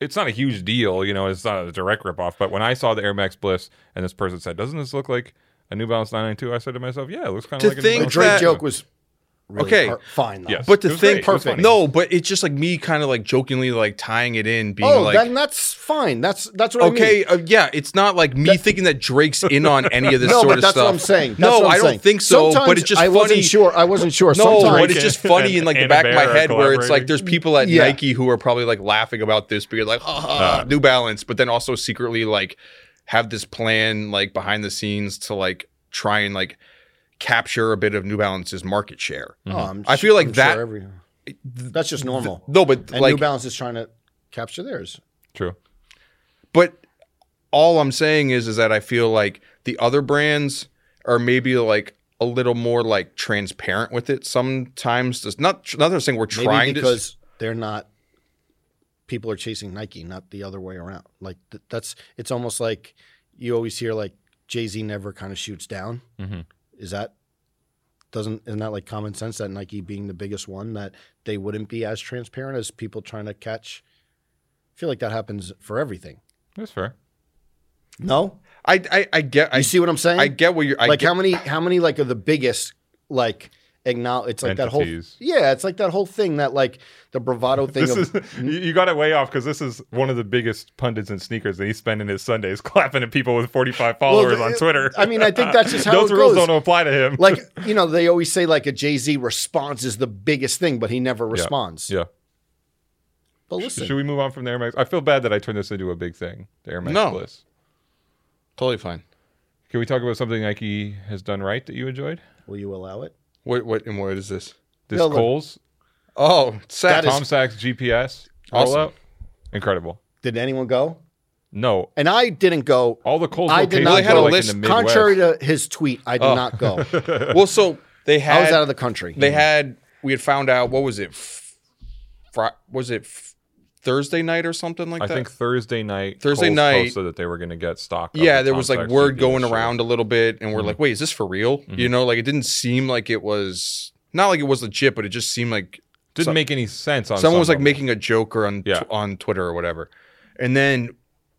[SPEAKER 3] it's not a huge deal, you know. It's not a direct ripoff. But when I saw the Air Max Bliss, and this person said, "Doesn't this look like a New Balance 992?" I said to myself, "Yeah, it looks kind
[SPEAKER 2] To
[SPEAKER 3] of like a New
[SPEAKER 1] the
[SPEAKER 2] think
[SPEAKER 3] Balance
[SPEAKER 1] Drake
[SPEAKER 2] that-
[SPEAKER 3] 992."
[SPEAKER 1] joke was really
[SPEAKER 2] Okay.
[SPEAKER 1] par- fine though.
[SPEAKER 3] Yes.
[SPEAKER 2] But the
[SPEAKER 3] It was
[SPEAKER 2] thing,
[SPEAKER 3] great. It was funny.
[SPEAKER 2] no, but it's just like me kind of like jokingly like tying it in, being
[SPEAKER 1] oh,
[SPEAKER 2] like,
[SPEAKER 1] then that's fine. That's that's what I mean.
[SPEAKER 2] Okay, uh, yeah, it's not like me thinking that Drake's in on any of this
[SPEAKER 1] No,
[SPEAKER 2] sort
[SPEAKER 1] but
[SPEAKER 2] of
[SPEAKER 1] that's
[SPEAKER 2] stuff.
[SPEAKER 1] what I'm saying. That's
[SPEAKER 2] no,
[SPEAKER 1] what I'm
[SPEAKER 2] I don't
[SPEAKER 1] saying.
[SPEAKER 2] think so. but
[SPEAKER 1] Sometimes
[SPEAKER 2] it's just
[SPEAKER 1] I
[SPEAKER 2] funny.
[SPEAKER 1] wasn't sure. I wasn't sure.
[SPEAKER 2] No,
[SPEAKER 1] Sometimes
[SPEAKER 2] but it's just
[SPEAKER 3] Drake
[SPEAKER 2] funny
[SPEAKER 3] and-
[SPEAKER 2] in like the
[SPEAKER 3] and
[SPEAKER 2] back of my
[SPEAKER 3] Bear are
[SPEAKER 2] head where it's like
[SPEAKER 3] collaborating.
[SPEAKER 2] there's people at
[SPEAKER 1] Yeah.
[SPEAKER 2] Nike who are probably like laughing about this because like, ha ha, ha, New Balance, but then also secretly like have this plan like behind the scenes to like try and like capture a bit of New Balance's market share.
[SPEAKER 1] Oh, I'm
[SPEAKER 2] I
[SPEAKER 1] su-
[SPEAKER 2] feel like
[SPEAKER 1] I'm
[SPEAKER 2] that-
[SPEAKER 1] every- that's just normal.
[SPEAKER 2] No, but
[SPEAKER 1] and
[SPEAKER 2] like
[SPEAKER 1] New Balance is trying to capture theirs.
[SPEAKER 3] True.
[SPEAKER 2] But all I'm saying is is that I feel like the other brands are maybe like a little more like transparent with it sometimes. Just not not that I'm saying we're
[SPEAKER 1] Maybe
[SPEAKER 2] trying to
[SPEAKER 1] because they're not. People are chasing Nike, not the other way around. Like th- that's. It's almost like you always hear like Jay Z never kind of shoots down.
[SPEAKER 2] Mm-hmm.
[SPEAKER 3] Mhm.
[SPEAKER 1] Is that doesn't isn't that like common sense that Nike being the biggest one that they wouldn't be as transparent as people trying to catch? I feel like that happens for everything.
[SPEAKER 3] That's fair.
[SPEAKER 1] No,
[SPEAKER 2] I, I I get
[SPEAKER 1] you
[SPEAKER 2] I
[SPEAKER 1] see what I'm saying?
[SPEAKER 2] I get what you're I
[SPEAKER 1] like
[SPEAKER 2] get,
[SPEAKER 1] how many how many like of the biggest like acknowledge it's like
[SPEAKER 3] Entities.
[SPEAKER 1] that whole yeah it's like that whole thing that like the bravado thing
[SPEAKER 3] This
[SPEAKER 1] of
[SPEAKER 3] is you you got it way off because this is one of the biggest pundits in sneakers, and he's spending his Sundays clapping at people with 45 followers
[SPEAKER 1] the-
[SPEAKER 3] on Twitter.
[SPEAKER 1] I mean, I think that's just how
[SPEAKER 3] those
[SPEAKER 1] it
[SPEAKER 3] rules
[SPEAKER 1] goes.
[SPEAKER 3] don't apply to him.
[SPEAKER 1] like you know they always say like a Jay Z response is the biggest thing, but he never responds.
[SPEAKER 3] yeah.
[SPEAKER 1] But listen,
[SPEAKER 3] Should we move on from the Air Max? I feel bad that I turned this into a big thing. The Air Max
[SPEAKER 2] No.
[SPEAKER 3] Bliss.
[SPEAKER 2] totally fine.
[SPEAKER 3] Can we talk about something Nike has done right that you enjoyed?
[SPEAKER 1] will you allow it?
[SPEAKER 2] What what and what is this?
[SPEAKER 3] This
[SPEAKER 1] No, look.
[SPEAKER 3] Coles,
[SPEAKER 2] Oh, sad.
[SPEAKER 1] That is-
[SPEAKER 3] Tom Sachs GPS
[SPEAKER 2] Awesome.
[SPEAKER 3] rollout, incredible.
[SPEAKER 1] Did anyone go?
[SPEAKER 3] No,
[SPEAKER 1] And I didn't go.
[SPEAKER 3] all the Coles
[SPEAKER 1] I did
[SPEAKER 3] locations
[SPEAKER 1] not
[SPEAKER 3] were
[SPEAKER 1] go.
[SPEAKER 3] like
[SPEAKER 2] List-
[SPEAKER 3] in the Midwest. Oh.
[SPEAKER 1] Contrary to his tweet, I did not go.
[SPEAKER 2] well, so they had
[SPEAKER 1] I was out of the country.
[SPEAKER 2] they had we had found out what was it? F- Fri- was it f- Thursday night or something like
[SPEAKER 3] I
[SPEAKER 2] that?
[SPEAKER 3] think Thursday night.
[SPEAKER 2] Thursday
[SPEAKER 3] Coles
[SPEAKER 2] night-
[SPEAKER 3] posted that they were going to get stock. of Mm-hmm.
[SPEAKER 2] yeah
[SPEAKER 3] the
[SPEAKER 2] there
[SPEAKER 3] Tom
[SPEAKER 2] was like
[SPEAKER 3] Sachs
[SPEAKER 2] word
[SPEAKER 3] GPS
[SPEAKER 2] going
[SPEAKER 3] shoe.
[SPEAKER 2] around a little bit and we're like wait is this for real
[SPEAKER 3] Mm-hmm.
[SPEAKER 2] you know like it didn't seem like it was not like it was legit but it just seemed like
[SPEAKER 3] Didn't
[SPEAKER 2] So-
[SPEAKER 3] make any sense. On
[SPEAKER 2] someone was like
[SPEAKER 3] making.
[SPEAKER 2] making a joke or on
[SPEAKER 3] Yeah.
[SPEAKER 2] tw- on twitter or whatever and then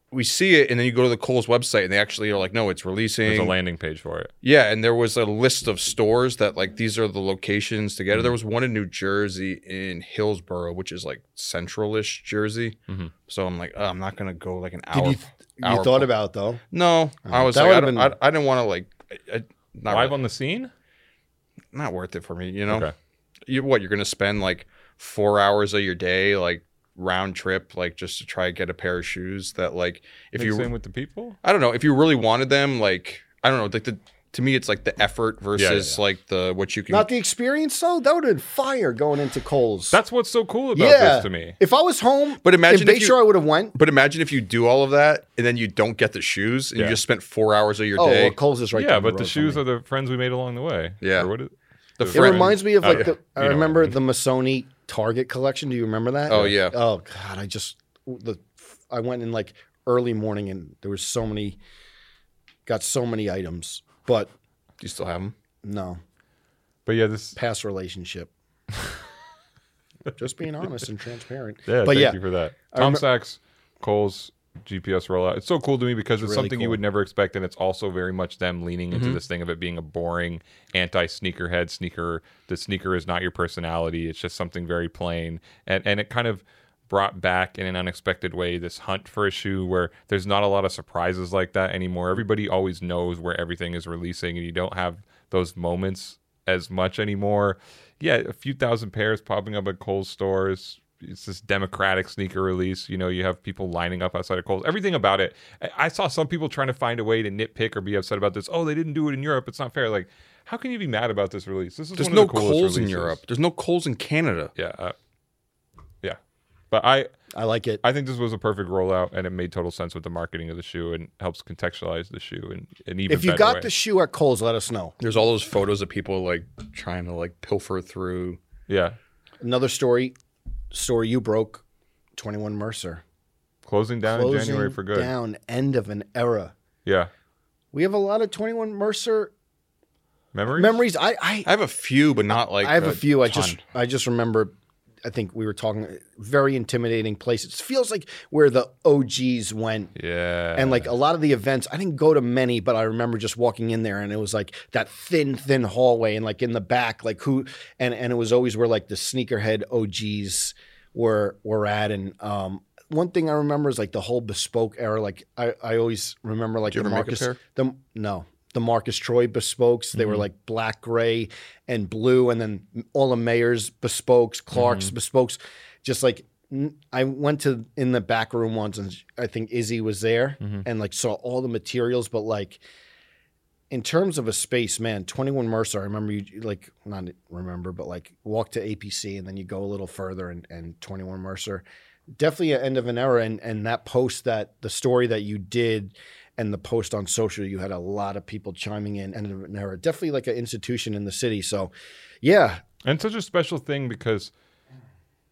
[SPEAKER 2] we see it and then you go to the cole's website and they actually are like no it's
[SPEAKER 3] There's a
[SPEAKER 2] releasing
[SPEAKER 3] landing page for it.
[SPEAKER 2] yeah and there was a list of stores that like these are the locations together
[SPEAKER 3] Mm-hmm.
[SPEAKER 2] there was one in new jersey in hillsborough which is like centralish jersey
[SPEAKER 3] Mhm.
[SPEAKER 2] so i'm like oh, i'm not gonna go like an
[SPEAKER 1] Did
[SPEAKER 2] hour
[SPEAKER 1] you, you
[SPEAKER 2] our
[SPEAKER 1] thought
[SPEAKER 2] fault.
[SPEAKER 1] about it, though?
[SPEAKER 2] no i
[SPEAKER 1] Oh,
[SPEAKER 2] was
[SPEAKER 1] that
[SPEAKER 2] like I,
[SPEAKER 1] would've
[SPEAKER 2] don't, I, I didn't want to like I, I- not
[SPEAKER 3] Live
[SPEAKER 2] really-
[SPEAKER 3] on the scene.
[SPEAKER 2] not worth it for me. You know,
[SPEAKER 3] Okay.
[SPEAKER 2] you what you're gonna spend like four hours of your day like round trip, like just to try get a pair of shoes that like if
[SPEAKER 3] If
[SPEAKER 2] you
[SPEAKER 3] you're in with the people,
[SPEAKER 2] I don't know if you really wanted them. Like I don't know. Like the to me, it's like the effort versus like the what you can.
[SPEAKER 1] Not the experience though. That would have been fire going into Coles.
[SPEAKER 3] that's what's so cool about this to me.
[SPEAKER 1] If I was home,
[SPEAKER 2] But imagine
[SPEAKER 1] in
[SPEAKER 2] if
[SPEAKER 1] Bayshore,
[SPEAKER 2] you-
[SPEAKER 1] I would have went.
[SPEAKER 2] but imagine if you do all of that and then you don't get the shoes and
[SPEAKER 3] Yeah.
[SPEAKER 2] you just spent four hours of your
[SPEAKER 1] Oh,
[SPEAKER 2] day.
[SPEAKER 1] well, Coles is right.
[SPEAKER 3] yeah,
[SPEAKER 1] down
[SPEAKER 3] but the
[SPEAKER 1] road from
[SPEAKER 3] shoes
[SPEAKER 1] me.
[SPEAKER 3] are the friends we made along the way.
[SPEAKER 2] Yeah.
[SPEAKER 3] Or what is-
[SPEAKER 2] The
[SPEAKER 3] It
[SPEAKER 1] It
[SPEAKER 2] friend-
[SPEAKER 1] reminds me of
[SPEAKER 2] Oh,
[SPEAKER 1] like
[SPEAKER 2] yeah.
[SPEAKER 1] the.
[SPEAKER 3] You know what
[SPEAKER 1] I
[SPEAKER 3] I
[SPEAKER 1] remember
[SPEAKER 3] mean.
[SPEAKER 1] the Missoni Target collection. Do you remember that?
[SPEAKER 2] Oh, yeah.
[SPEAKER 1] Oh God, I just the I went in like early morning and there was so many, got so many items, but
[SPEAKER 2] Do you still have them?
[SPEAKER 1] no
[SPEAKER 3] But yeah, this.
[SPEAKER 1] past relationship. just being honest and transparent.
[SPEAKER 3] Yeah,
[SPEAKER 1] but
[SPEAKER 3] thank
[SPEAKER 1] yeah,
[SPEAKER 3] you for that.
[SPEAKER 1] I
[SPEAKER 3] Tom
[SPEAKER 1] remem-
[SPEAKER 3] Sachs, Cole's GPS rollout. It's so cool to me because it's,
[SPEAKER 1] really
[SPEAKER 3] something
[SPEAKER 1] cool.
[SPEAKER 3] you
[SPEAKER 1] Mm-hmm.
[SPEAKER 3] would never expect, and it's also very much them leaning into this thing of it being a boring anti-sneakerhead sneaker. The sneaker is not your personality; it's just something very plain, and and it kind of brought back in an unexpected way this hunt for a shoe where there's not a lot of surprises like that anymore. Everybody always knows where everything is releasing, and you don't have those moments as much anymore. Yeah, a few thousand pairs popping up at Kohl's stores. It's this democratic sneaker release. You know, you have people lining up outside of Kohl's. Everything about it. I- I saw some people trying to find a way to nitpick or be upset about this. Oh, they didn't do it in Europe. It's not fair. Like, how can you be mad about this release? This is
[SPEAKER 2] There's
[SPEAKER 3] one
[SPEAKER 2] no
[SPEAKER 3] of the coolest
[SPEAKER 2] Coles in
[SPEAKER 3] releases.
[SPEAKER 2] Europe. There's no Coles in Canada.
[SPEAKER 3] Yeah, uh, yeah. But I,
[SPEAKER 1] I like it.
[SPEAKER 3] I think this was a perfect rollout, and it made total sense with the marketing of the shoe and helps contextualize the shoe and an even.
[SPEAKER 1] if you
[SPEAKER 3] better
[SPEAKER 1] got
[SPEAKER 3] way.
[SPEAKER 1] the shoe at Coles, let us know.
[SPEAKER 2] There's all those photos of people like trying to like pilfer through.
[SPEAKER 3] yeah,
[SPEAKER 1] Another story, story you broke, Twenty One Mercer.
[SPEAKER 3] closing down in
[SPEAKER 1] Closing
[SPEAKER 3] January for good.
[SPEAKER 1] Down, end of an era.
[SPEAKER 3] Yeah,
[SPEAKER 1] We have a lot of 21 Mercer
[SPEAKER 3] memories.
[SPEAKER 1] memories. I I,
[SPEAKER 2] I have a few, but not like uh,
[SPEAKER 1] I have a few. I
[SPEAKER 2] ton.
[SPEAKER 1] just I just remember. I think we were talking very intimidating place. It feels like where the OGs went.
[SPEAKER 3] Yeah,
[SPEAKER 1] And like a lot of the events, I didn't go to many, but I remember just walking in there and it was like that thin, thin hallway and like in the back, like who and and it was always where like the sneakerhead OGs were were at. And um one thing I remember is like the whole bespoke era. Like I, I always remember like
[SPEAKER 2] Did you
[SPEAKER 1] the
[SPEAKER 2] ever make a
[SPEAKER 1] Marcus
[SPEAKER 2] pair?
[SPEAKER 1] the no. The Marcus Troy bespokes, they were like black, gray, and blue, and then all the Mayer's bespokes, Clark's bespokes, just like n- I went to in the back room once, and I think Izzy was there, and like saw all the materials. But like, in terms of a space, man, Twenty One Mercer. I remember you you, like not remember, but like walk to APC, and then you go a little further, and and Twenty One Mercer, definitely an end of an era. And and that post that the story that you did. And the post on social, you had a lot of people chiming in, end of an era. Definitely like an institution in the city. So, yeah,
[SPEAKER 3] And such a special thing because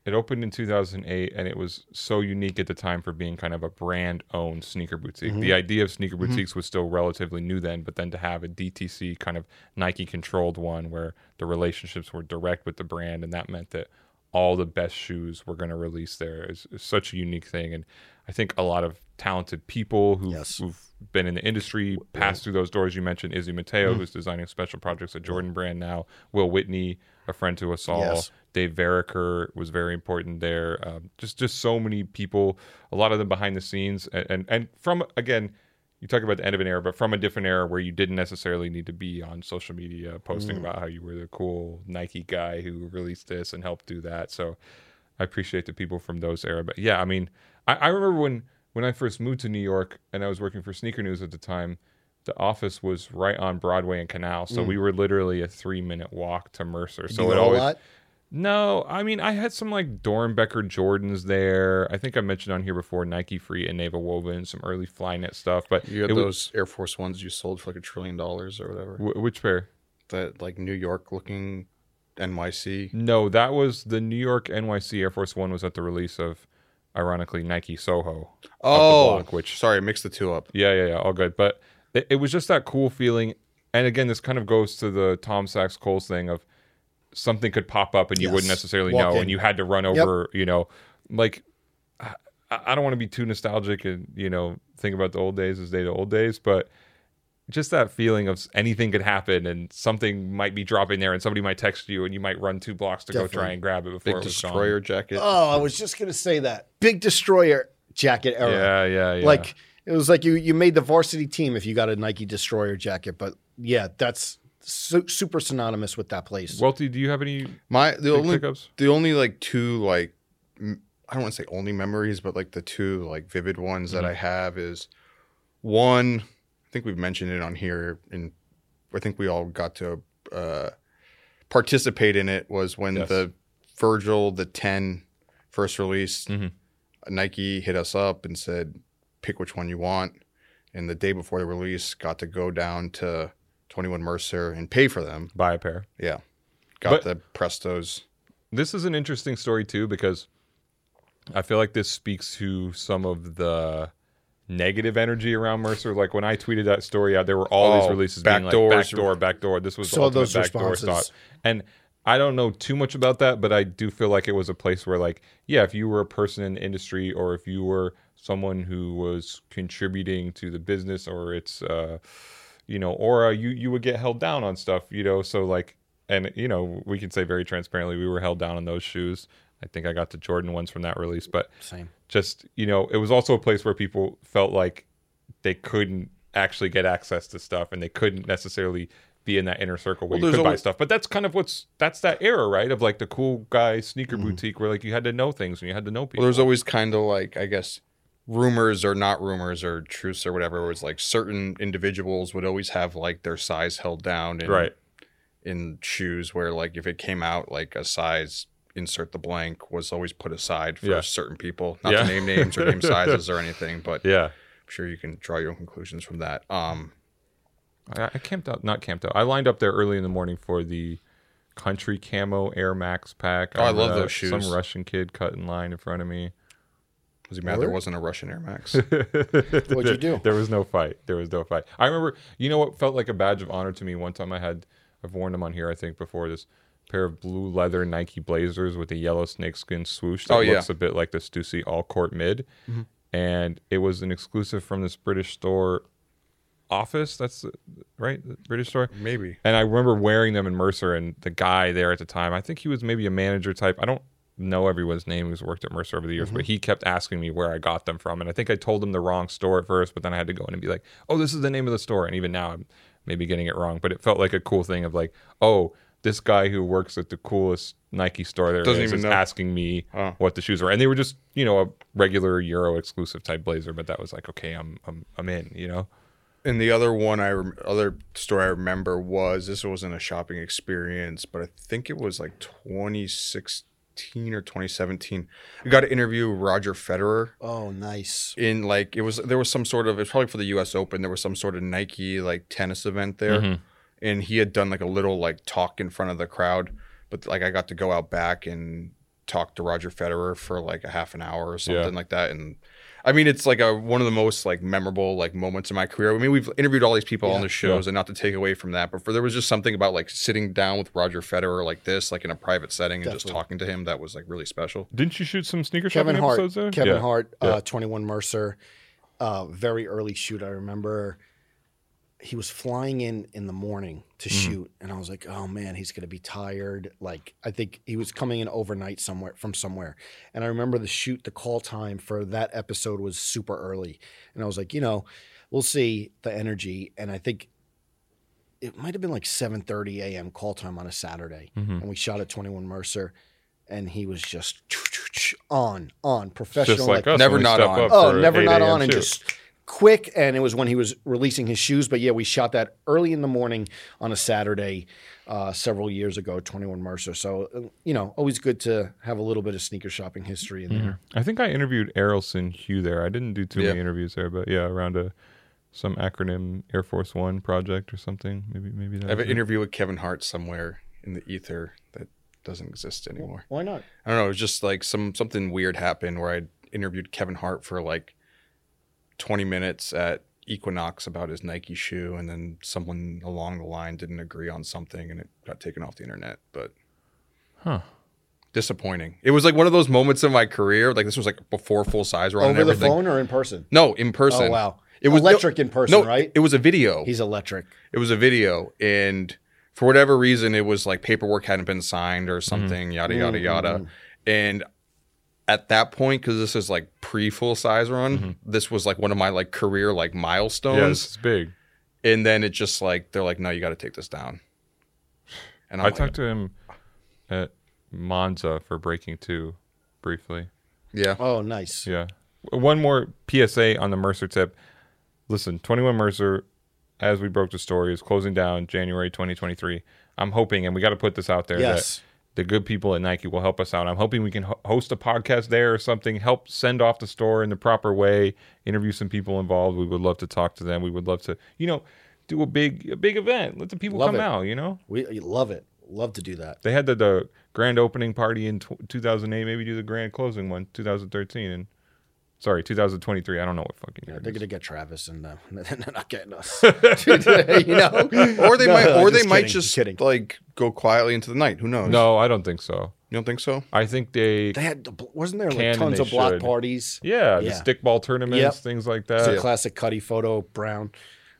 [SPEAKER 3] it opened in 2008 and it was so unique at the time for being kind of a brand owned sneaker boutique. The idea of sneaker boutiques was still relatively new then, but then to have a DTC kind of Nike controlled one where the relationships were direct with the brand and that meant that all the best shoes were going to release there is, is such a unique thing and I think a lot of talented people who
[SPEAKER 1] Yes.
[SPEAKER 3] who've been in the industry, passed through those doors. You mentioned Izzy Mateo, who's designing special projects at Jordan Brand now. Will Whitney, a friend to us all.
[SPEAKER 1] Yes.
[SPEAKER 3] Dave Variker was very important there. Um, just just so many people, a lot of them behind the scenes, and and, and from again. You talk about the end of an era, but from a different era where you didn't necessarily need to be on social media
[SPEAKER 1] Mm.
[SPEAKER 3] posting about how you were the cool Nike guy who released this and helped do that. So I appreciate the people from those era. But yeah, I mean, I, I remember when when I first moved to New York and I was working for Sneaker News at the time. The office was right on Broadway and Canal, so we were literally a three-minute walk to Mercer. So
[SPEAKER 1] Mm. you
[SPEAKER 3] it
[SPEAKER 1] know a
[SPEAKER 3] always
[SPEAKER 1] lot?
[SPEAKER 3] no, I mean I had some like Dornbecker Jordans there. I think I mentioned on here before Nike Free and Naval Woven, some early Flynet stuff. But
[SPEAKER 2] You had
[SPEAKER 3] it was-
[SPEAKER 2] those Air Force Ones you sold for like a trillion dollars or whatever.
[SPEAKER 3] wh- which pair?
[SPEAKER 2] That like New York looking NYC.
[SPEAKER 3] No, that was the New York NYC Air Force One was at the release of, ironically Nike Soho.
[SPEAKER 2] Oh,
[SPEAKER 3] block, which-
[SPEAKER 2] sorry, I mixed the two up.
[SPEAKER 3] Yeah, yeah, yeah, all good. But it, it was just that cool feeling. And again, this kind of goes to the Tom Sachs Coles thing of something could pop up and you
[SPEAKER 1] Yes.
[SPEAKER 3] wouldn't necessarily
[SPEAKER 1] Walk
[SPEAKER 3] know,
[SPEAKER 1] in.
[SPEAKER 3] and you had to run over. You know, like I, I don't want to be too nostalgic and you know think about the old days as they the old days, but just that feeling of s- anything could happen and something might be dropping there and somebody might text you and you might run two blocks to go try
[SPEAKER 1] Definitely.
[SPEAKER 3] and grab it before
[SPEAKER 2] Big
[SPEAKER 3] it was
[SPEAKER 2] destroyer jacket.
[SPEAKER 1] Oh, I was just gonna say that big destroyer jacket
[SPEAKER 3] Gone.
[SPEAKER 1] era.
[SPEAKER 3] Yeah, yeah, yeah.
[SPEAKER 1] Like it was like you you made the varsity team if you got a Nike destroyer jacket. But yeah, that's su- super synonymous with that place.
[SPEAKER 3] Welty, do you have any
[SPEAKER 2] My the
[SPEAKER 3] big
[SPEAKER 2] only
[SPEAKER 3] pickups?
[SPEAKER 2] the only like two like m- I don't want to say only memories, but like the two like vivid ones that I
[SPEAKER 3] Mm-hmm.
[SPEAKER 2] have is one. I think we've mentioned it on here, and I think we all got to uh, participate in it. Was when
[SPEAKER 3] Yes.
[SPEAKER 2] the Virgil the 10 first released,
[SPEAKER 3] Mhm.
[SPEAKER 2] Nike hit us up and said, "Pick which one you want." And the day before the release, got to go down to 21 Mercer and pay for them.
[SPEAKER 3] Buy a pair.
[SPEAKER 2] Yeah, got
[SPEAKER 3] But-
[SPEAKER 2] the Prestos.
[SPEAKER 3] This is an interesting story too because I feel like this speaks to some of the negative energy around Mercer. Like when I tweeted that story out, there were all these
[SPEAKER 2] Oh,
[SPEAKER 3] releases being like
[SPEAKER 2] backdoors.
[SPEAKER 3] backdoor, backdoor. This was the
[SPEAKER 1] Saw
[SPEAKER 3] ultimate
[SPEAKER 1] those
[SPEAKER 3] backdoor
[SPEAKER 1] responses.
[SPEAKER 3] stop. And I don't know too much about that, but I do feel like it was a place where like, yeah, if you were a person in the industry or if you were someone who was contributing to the business or its uh you know, aura, you you would get held down on stuff, you know. So like, and you know, we can say very transparently, we were held down on those shoes. I think I got the Jordan ones from that release, but
[SPEAKER 1] Same.
[SPEAKER 3] just you know, it was also a place where people felt like they couldn't actually get access to stuff, and they couldn't necessarily be in that inner circle where
[SPEAKER 2] Well,
[SPEAKER 3] you
[SPEAKER 2] there's
[SPEAKER 3] could buy
[SPEAKER 2] always-
[SPEAKER 3] stuff. But that's kind of what's that's that era, right? Of like the cool guy sneaker boutique where like you had to know things and you had to know
[SPEAKER 2] Mm-hmm.
[SPEAKER 3] people.
[SPEAKER 2] Well, there's always kind of like I guess rumors or not rumors or truths or whatever. It was like certain individuals would always have like their size held down in,
[SPEAKER 3] right.
[SPEAKER 2] in shoes where like if it came out like a size insert the blank was always put aside for
[SPEAKER 3] Yeah.
[SPEAKER 2] certain people. Not
[SPEAKER 3] Yeah.
[SPEAKER 2] to name names or name sizes or anything, but
[SPEAKER 3] Yeah.
[SPEAKER 2] I'm sure you can draw your own conclusions from that. Um,
[SPEAKER 3] I, I camped out, not camped out. I lined up there early in the morning for the country camo Air Max pack.
[SPEAKER 2] Oh, I
[SPEAKER 3] remember
[SPEAKER 2] love
[SPEAKER 3] that.
[SPEAKER 2] those shoes.
[SPEAKER 3] Some Russian kid cut in line in front of me.
[SPEAKER 2] was he mad there
[SPEAKER 1] Word?
[SPEAKER 2] wasn't a Russian Air Max?
[SPEAKER 1] What'd you do?
[SPEAKER 3] There was no fight. There was no fight. I remember, you know what felt like a badge of honor to me one time I had, I've worn them on here, I think, before this pair of blue leather Nike blazers with a yellow snakeskin swoosh that
[SPEAKER 2] Oh, yeah.
[SPEAKER 3] looks a bit like the Stussy all court mid.
[SPEAKER 1] Mm-hmm.
[SPEAKER 3] And it was an exclusive from this British store office. That's the- right, the British store.
[SPEAKER 2] Maybe.
[SPEAKER 3] And I remember wearing them in Mercer, and the guy there at the time, I think he was maybe a manager type. I don't know everyone's name who's worked at Mercer over the years, but he kept asking me where I got them from. And I think I told him the wrong store at first, but then I had to go in and be like, oh, this is the name of the store. And even now, I'm maybe getting it wrong, but it felt like a cool thing of like, oh, this guy who works at the coolest Nike store there
[SPEAKER 2] Doesn't
[SPEAKER 3] is
[SPEAKER 2] even
[SPEAKER 3] is
[SPEAKER 2] know.
[SPEAKER 3] asking me
[SPEAKER 2] Oh.
[SPEAKER 3] what the shoes were. And they were just, you know, a regular Euro exclusive type blazer, but that was like, okay, I'm I'm, I'm in, you know?
[SPEAKER 2] And the other one I rem- other story I remember was this wasn't a shopping experience, but I think it was like 2016 or 2017. I got to interview Roger Federer
[SPEAKER 1] Oh, nice.
[SPEAKER 2] in like it was there was some sort of it's probably for the U.S. Open. There was some sort of Nike like tennis event
[SPEAKER 3] Mm-hmm.
[SPEAKER 2] there, and he had done like a little like talk in front of the crowd. But like I got to go out back and talk to Roger Federer for like a half an hour or something
[SPEAKER 3] Yeah.
[SPEAKER 2] like that, and. I mean, it's like a one of the most like memorable like moments in my career. I mean, we've interviewed all these people on the shows, and not to take away from that, but for there was just something about like sitting down with Roger Federer like this, like in a private setting, and just
[SPEAKER 1] Definitely.
[SPEAKER 2] talking to him that was like really special.
[SPEAKER 3] Didn't you shoot some sneaker
[SPEAKER 1] Kevin
[SPEAKER 3] shopping
[SPEAKER 1] Hart,
[SPEAKER 3] episodes there?
[SPEAKER 1] Kevin
[SPEAKER 3] Yeah.
[SPEAKER 1] Hart, Uh, 21 Mercer, uh, very early shoot. I remember he was flying in in the morning to
[SPEAKER 3] Mm-hmm.
[SPEAKER 1] shoot, and I was like, oh man, he's gonna be tired. Like I think he was coming in overnight somewhere from somewhere, and I remember the shoot, the call time for that episode was super early, and I was like, you know, we'll see the energy, and I think. It might have been like 7:30 a.m. call time on a Saturday,
[SPEAKER 3] Mm-hmm.
[SPEAKER 2] Mm-hmm.
[SPEAKER 1] and we shot at 21 Mercer, and he was just on, on, professional,
[SPEAKER 3] just
[SPEAKER 1] like,
[SPEAKER 3] like us
[SPEAKER 2] Never
[SPEAKER 3] when we
[SPEAKER 2] not
[SPEAKER 3] step
[SPEAKER 2] on.
[SPEAKER 3] up
[SPEAKER 1] oh,
[SPEAKER 3] for
[SPEAKER 1] never
[SPEAKER 3] 8
[SPEAKER 1] not
[SPEAKER 3] a.m.
[SPEAKER 1] on, and
[SPEAKER 3] shoot.
[SPEAKER 1] just quick. And it was when he was releasing his shoes. But yeah, we shot that early in the morning on a Saturday uh, several years ago, 21 Mercer. So, uh, you know, always good to have a little bit of sneaker shopping history in
[SPEAKER 2] Mm-hmm.
[SPEAKER 1] there.
[SPEAKER 3] I think I interviewed Errolson Hugh there. I didn't do too
[SPEAKER 2] Yeah.
[SPEAKER 3] many interviews there, but yeah, around a some acronym Air Force One project or something. Maybe maybe that.
[SPEAKER 2] I have
[SPEAKER 3] was
[SPEAKER 2] an
[SPEAKER 3] it.
[SPEAKER 2] interview with Kevin Hart somewhere in the ether that doesn't exist anymore.
[SPEAKER 1] Why not?
[SPEAKER 2] I don't know. It was just like some something weird happened where I interviewed Kevin Hart for like 20 minutes at Equinox about his Nike shoe, and then someone along the line didn't agree on something, and it got taken off the internet. But
[SPEAKER 3] Huh.
[SPEAKER 2] disappointing. It was like one of those moments in my career. Like this was like before full size were on and
[SPEAKER 1] Over the
[SPEAKER 2] everything.
[SPEAKER 1] phone or in person?
[SPEAKER 2] No, in person.
[SPEAKER 1] Oh, wow.
[SPEAKER 2] It was
[SPEAKER 1] electric in person,
[SPEAKER 2] No,
[SPEAKER 1] right?
[SPEAKER 2] it was a video
[SPEAKER 1] He's electric.
[SPEAKER 2] it was a video and for whatever reason it was like paperwork hadn't been signed or something yada yada yada and at that point because this is like pre full size run this was like one of my like career like
[SPEAKER 3] Yeah, this
[SPEAKER 2] milestones
[SPEAKER 3] is big.
[SPEAKER 2] and then it just like they're like no you got to take this down and
[SPEAKER 3] I
[SPEAKER 2] I'm like,
[SPEAKER 3] talked to him at Monza for Breaking Two briefly.
[SPEAKER 2] Yeah.
[SPEAKER 1] Oh, nice.
[SPEAKER 3] Yeah. One more PSA on the Mercer tip. Listen, 21 Mercer, as we broke the story, is closing down January 2023. I'm hoping, and we got to put this out there,
[SPEAKER 1] Yes.
[SPEAKER 3] that the good people at Nike will help us out. I'm hoping we can ho- host a podcast there or something, help send off the store in the proper way, interview some people involved. We would love to talk to them. We would love to, you know, do a big a big event. Let the people
[SPEAKER 1] Love
[SPEAKER 3] come
[SPEAKER 1] it.
[SPEAKER 3] out, you know?
[SPEAKER 1] We you love it. Love to do that.
[SPEAKER 3] They had the, the grand opening party in tw 2008, maybe do the grand closing one 2013 and sorry, 2023. I don't know what fucking year.
[SPEAKER 1] They're gonna get Travis, and uh, they're not getting us. you know,
[SPEAKER 2] Or they
[SPEAKER 1] No,
[SPEAKER 2] might,
[SPEAKER 1] no,
[SPEAKER 2] or they might
[SPEAKER 1] kidding,
[SPEAKER 2] just
[SPEAKER 1] kidding.
[SPEAKER 2] like go quietly into the night. Who knows?
[SPEAKER 3] No, I don't think so.
[SPEAKER 2] you don't think so?
[SPEAKER 3] I think they,
[SPEAKER 1] They had the bl- wasn't there
[SPEAKER 3] Can
[SPEAKER 1] like
[SPEAKER 3] and
[SPEAKER 1] tons
[SPEAKER 3] they
[SPEAKER 1] of block
[SPEAKER 3] should.
[SPEAKER 1] parties?
[SPEAKER 3] yeah,
[SPEAKER 1] Yeah.
[SPEAKER 3] the stickball tournaments,
[SPEAKER 1] Yep.
[SPEAKER 3] things like
[SPEAKER 1] It's
[SPEAKER 3] that.
[SPEAKER 1] a classic Cuddy photo, brown